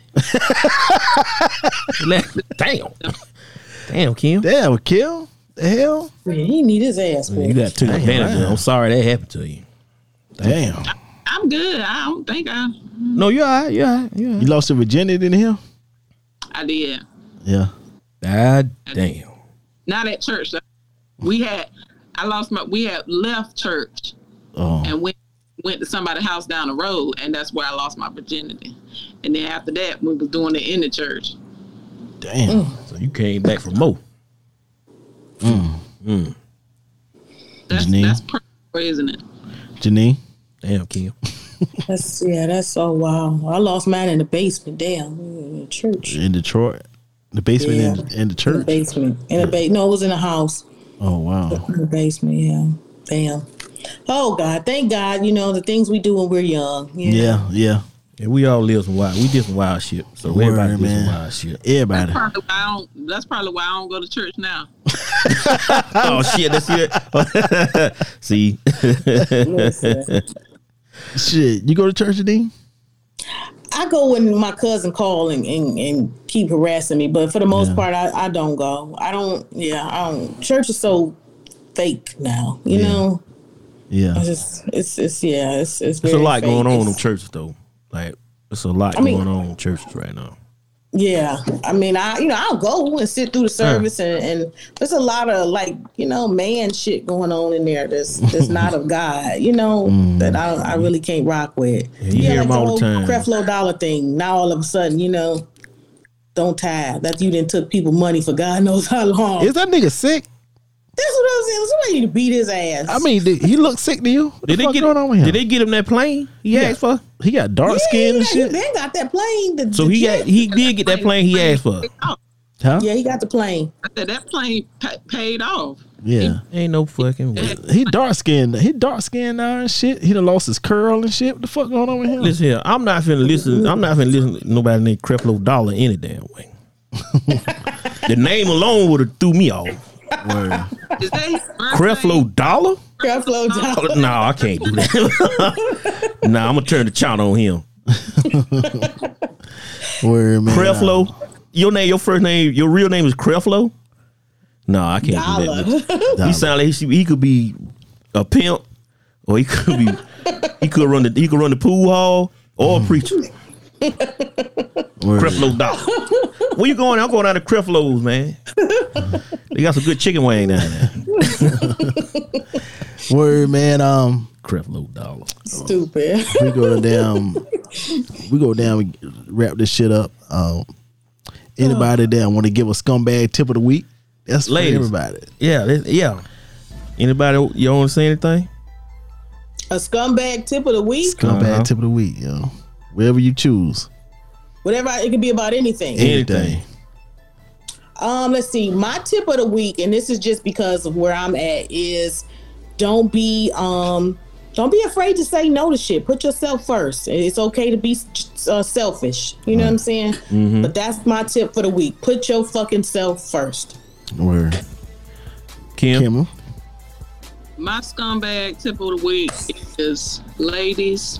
C: Damn, damn, Kim.
A: Damn, kill? The hell?
D: Man, he need his ass.
C: You
D: whooped.
C: got took advantage of. I'm sorry that happened to you.
A: Damn.
E: I'm good. I don't think I
C: No, you're all right. You're all right. You're all
A: You lost your virginity in here?
E: I did.
A: Yeah.
C: right. God damn.
E: Not at church. though. We had I lost my we had left church
A: Oh.
E: and went went to somebody's house down the road and that's where I lost my virginity. And then after that we was doing it in the church.
A: Damn.
C: So you came back from Mo.
E: That's
A: Janine?
E: that's purgatory, isn't it?
A: Janine?
C: Damn, Kim.
D: That's yeah. That's oh wow. I lost mine in the basement. Damn, in the church.
A: In Detroit. The basement in, in the
D: In the
A: church.
D: basement. In the ba- No, it was in the house.
A: Oh wow.
D: In the basement. Yeah. Damn. Oh God. Thank God. You know the things we do when we're young. You know?
A: Yeah, yeah.
C: And we all live some wild. We did some wild shit. So everybody
A: Word,
C: did some
A: man.
C: wild shit.
A: Everybody.
E: Probably why I don't that's probably why I don't go to church now.
C: Oh shit, that's it. See,
D: Listen,
A: Shit. You go to church, Janine?
D: I go when my cousin call and, and, and keep harassing me, but for the most part, I, I don't go. I don't. Yeah. I don't. Church is so fake now. You
A: Yeah.
D: know.
A: Yeah.
D: It's just. It's. It's. Yeah. It's. It's.
C: there's a
D: very
C: lot
D: fake.
C: going on in
D: It's-
C: churches though. Like, it's a lot
D: I mean-
C: going on in churches right now.
D: Yeah, I mean, I you know I'll go and sit through the service, and, and there's a lot of like you know man shit going on in there that's that's not of God, you know that I I really can't rock with.
C: Mm. you hear 'em all the
D: whole
C: time.
D: Creflo Dollar thing. Now all of a sudden, you know, don't tithe. That you didn't took people money for God knows how long.
A: Is that nigga sick?
D: that's what I'm saying. Somebody need to beat his ass.
A: I mean, did he look sick to you? What
C: Did
A: the
C: they
A: fuck
C: get
A: going on with him?
C: Did they get him that plane? He
A: Yeah.
C: asked for.
A: he got dark
D: yeah,
A: skin and
D: yeah, he-
A: shit.
D: they got that plane. The,
C: So
D: the
C: he
D: jet.
C: got he did get that plane he asked for.
E: Oh,
A: Huh?
D: yeah, he got the plane.
E: I said that plane pa- paid off.
A: Yeah.
C: Ain't no fucking way.
A: He dark skinned. He dark skinned now and shit. He done lost his curl and shit. What the fuck going on with him?
C: Listen here, I'm not finna listen. I'm not finna listen to nobody named Creflo Dollar any damn way. the name alone would have threw me off.
A: Word.
E: Is that his birthday?
C: Creflo Dollar? Oh,
D: Creflo Dollar.
C: No, I can't do that. nah, I'm gonna turn the channel on him.
A: Word, man.
C: Creflo, your name, your first name, your real name is Creflo. No, I can't
D: Dollar.
C: do that. He sound like he, should- he could be a pimp, or he could be he could run the he could run the pool hall or a preacher.
A: Word.
C: Creflo Dollar. Where you going? I'm going out to Creflo's, man. they got some good chicken wing down there.
A: Word, man. Um,
C: Creflo Dollar.
D: Stupid.
A: we go down. we go down. We wrap this shit up. Um, anybody that want to give a scumbag tip of the week? That's for
C: Ladies.
A: everybody.
C: Yeah, that- yeah. Anybody you want to say anything?
D: a scumbag tip of the week.
A: Scumbag
C: Uh-huh.
A: tip of the week, yo. Wherever you choose,
D: whatever it could be about anything
A: anything.
C: Anything.
D: um let's see my tip of the week and this is just because of where i'm at is don't be um don't be afraid to say no to shit put yourself first it's okay to be uh, selfish you know what i'm saying but that's my tip for the week put your fucking self first
A: Word.
C: Kim.
A: Kimma.
E: My scumbag tip of the week is ladies,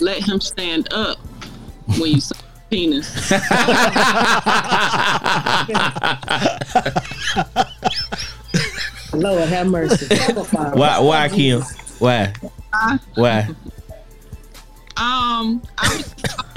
E: let him stand up when you suck his penis.
D: lord have mercy
C: Why? Why Kim? Why? Why?
E: Um, I, was,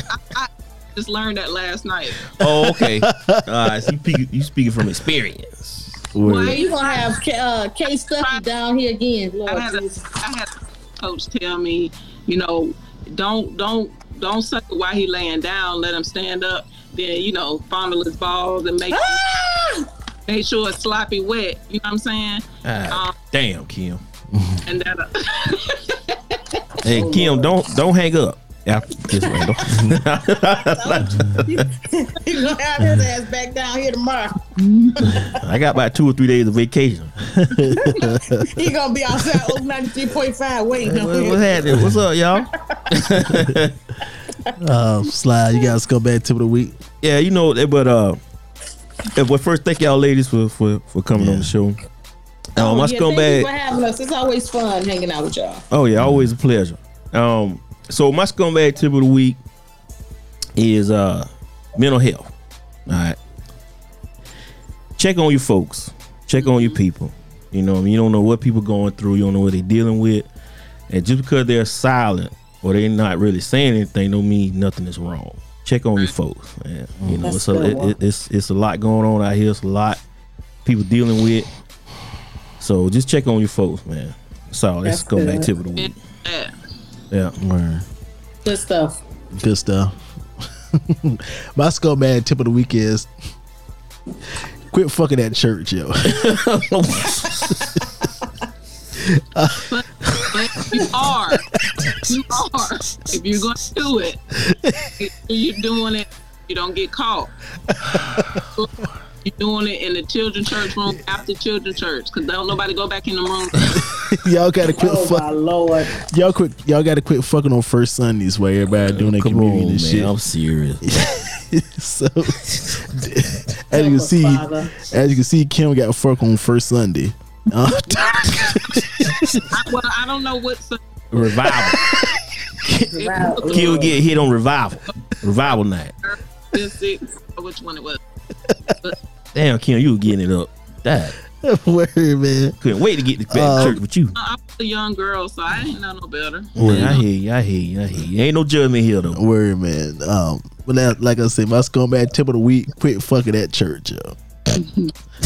E: I, I just learned that last night.
C: Oh, okay. All right. So you, speak, you speaking from experience.
E: Well,
A: Word.
D: you gonna have K- uh, K Stuffy down here again, Lord
E: I had, a,
D: Jesus.
E: I had a coach tell me, you know, don't don't don't suck it while he laying down. Let him stand up. Then you know, fondle his balls and make
D: Ah!
E: make sure it's sloppy wet. You know what I'm saying?
C: Ah, damn, Kim.
E: And that.
C: Hey, Kim, don't don't hang up. Yeah, this way.
D: You gonna have his ass back down here tomorrow.
C: I got about two or three days of vacation.
D: He gonna be outside Oak 93.5 waiting
C: What-
D: on
C: what's
D: him.
C: happening? What's up, y'all?
A: Uh, Slide. You got a scumbag tip of the week.
C: Yeah, you know, eh, but uh, eh, but first, thank y'all, ladies, for for for coming on
A: Yeah.
C: the show. Oh, my
D: yeah,
C: scumbag.
D: Thank you for having us. It's always fun hanging out with y'all.
C: Oh yeah, always a pleasure. Um, so my scumbag tip of the week is uh mental health. All right. Check on your folks. Check on your
D: Mm-hmm.
C: people. You know, what I mean? you don't know what people going through. You don't know what they're dealing with, and just because they're silent or they're not really saying anything, don't mean nothing is wrong. Check on your folks. Man. You know,
D: That's
C: it's a,
D: good one.
C: it, it's it's a lot going on out here. It's a lot people dealing with. So just check on your folks, man. That's all. That's
D: That's good.
C: scumbag tip of the week.
F: It- yeah.
C: Yeah.
A: Word.
D: Good stuff.
A: Good stuff. My scumbag tip of the week is quit fucking that church, yo.
F: But, but you are. You are. If you're going to do it, if you're doing it, you don't get caught. You're doing it in the children's church room after children's church because don't nobody go back in the room.
A: y'all gotta quit.
D: Oh
A: fuck-
D: my lord.
A: y'all quit. Y'all gotta quit fucking on first Sundays where everybody doing their
C: Come on,
A: communion
C: man.
A: and shit.
C: I'm serious.
A: so as you can see,
D: Father.
A: as you can see, Kim got fuck on first Sunday. Uh,
F: I, well, I don't know what. So,
C: revival.
F: it
D: Wow.
F: was
C: Kill get hit on revival. Revival night.
F: the six, or which one it was.
C: Damn, Kim, you were getting it up. That
A: word, man.
C: couldn't wait to get back
A: Uh,
C: to church with you.
F: I was a young girl, so I didn't know no better.
C: Man, I hear you. I hear you. I hear you. Ain't no judgment here though.
A: Word, man. Um, but that, like I said, my scumbag tip of the week: quit fucking that church, yo.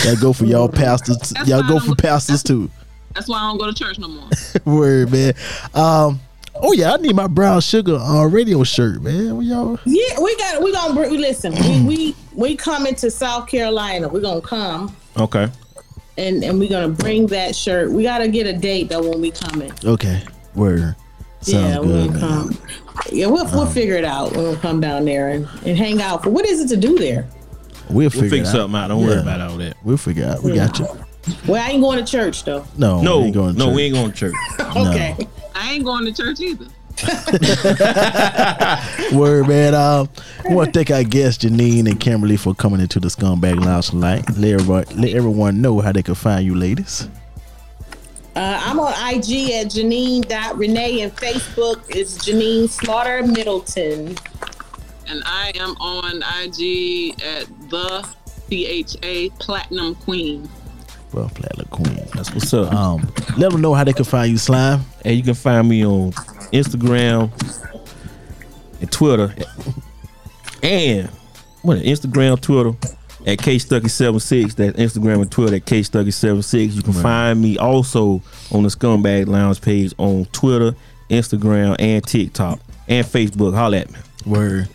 A: y'all go for y'all pastors.
F: That's
A: Y'all
F: why
A: go
F: I
A: for
F: don't-
A: pastors too.
F: That's why I don't go to church no more.
A: Word, man. Um, oh yeah, I need my brown sugar uh, radio shirt, man. Well, y'all,
D: Yeah, we got we gonna bring, listen. We, we we coming to South Carolina. We're gonna come
C: Okay.
D: and and we're gonna bring that shirt. We gotta get a date though when we coming.
A: okay. Word. Sounds
D: yeah, we're
A: good,
D: gonna
A: man. Um,
D: come. Yeah, we'll we'll figure it out. We'll come down there and, and hang out. But what is it to do there?
A: We'll
C: We'll
A: figure
C: figure
A: it out.
C: something out. Don't worry
A: Yeah.
C: about all that.
A: We'll figure out. We got you.
D: Well, I ain't going to church though.
A: No,
C: No,
A: Oh, we ain't going to
C: no,
A: church.
C: we ain't going to church.
D: Okay.
F: I ain't going to church either.
A: Word, man. Um, I want to thank our guests, Janine and Kimberly, for coming into the Scumbag Lounge tonight. Let everyone, let everyone know how they can find you, ladies.
D: Uh, I'm on IG at Janine.Renee and Facebook is Janine Slaughter Middleton.
F: And I am on IG at the CHA Platinum Queen.
A: Well, Platinum Queen.
C: That's what's up.
A: Um, let them know how they can find you, Slime.
C: and you can find me on Instagram and Twitter. And what Instagram, Twitter at KStucky76. That's Instagram and Twitter at KStucky76. You can find me also on the Scumbag Lounge page on Twitter, Instagram, and TikTok and Facebook. Holla at me.
A: Word.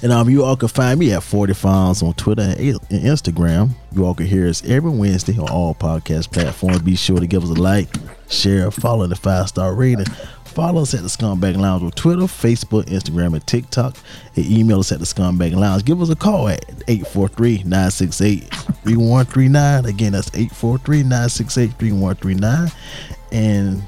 A: And um, you all can find me at 40 Fonz on Twitter and I- and Instagram. You all can hear us every Wednesday on all podcast platforms. Be sure to give us a like, share, follow the five star rating. Follow us at the Scumbag Lounge on Twitter, Facebook, Instagram, and TikTok. And email us at the Scumbag Lounge. Give us a call at 843 968 3139. Again, that's 843 968 3139. And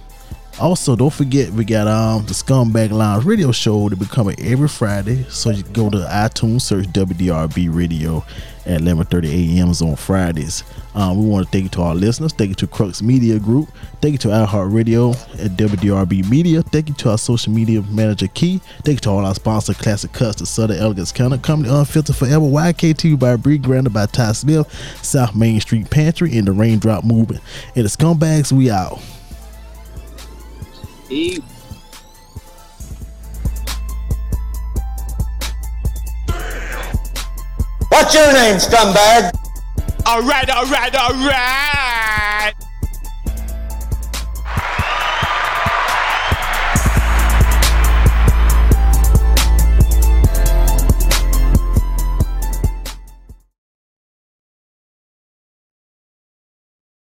A: also, don't forget we got um the Scumbag Lounge Radio Show to be coming every Friday. So you go to iTunes, search WDRB Radio at 11:30 a.m. on Fridays. Um, we want to thank you to our listeners. Thank you to Crux Media Group. Thank you to iHeartRadio at WDRB Media. Thank you to our social media manager Key. Thank you to all our sponsors, Classic Cuts, the Southern Elegance Counter Company, Unfiltered Forever, YKT by Bree Grander by Ty Smith, South Main Street Pantry, and the Raindrop Movement. And the Scumbags, we out.
F: Eat.
B: What's your name, scumbag?
G: All right, all right, all right.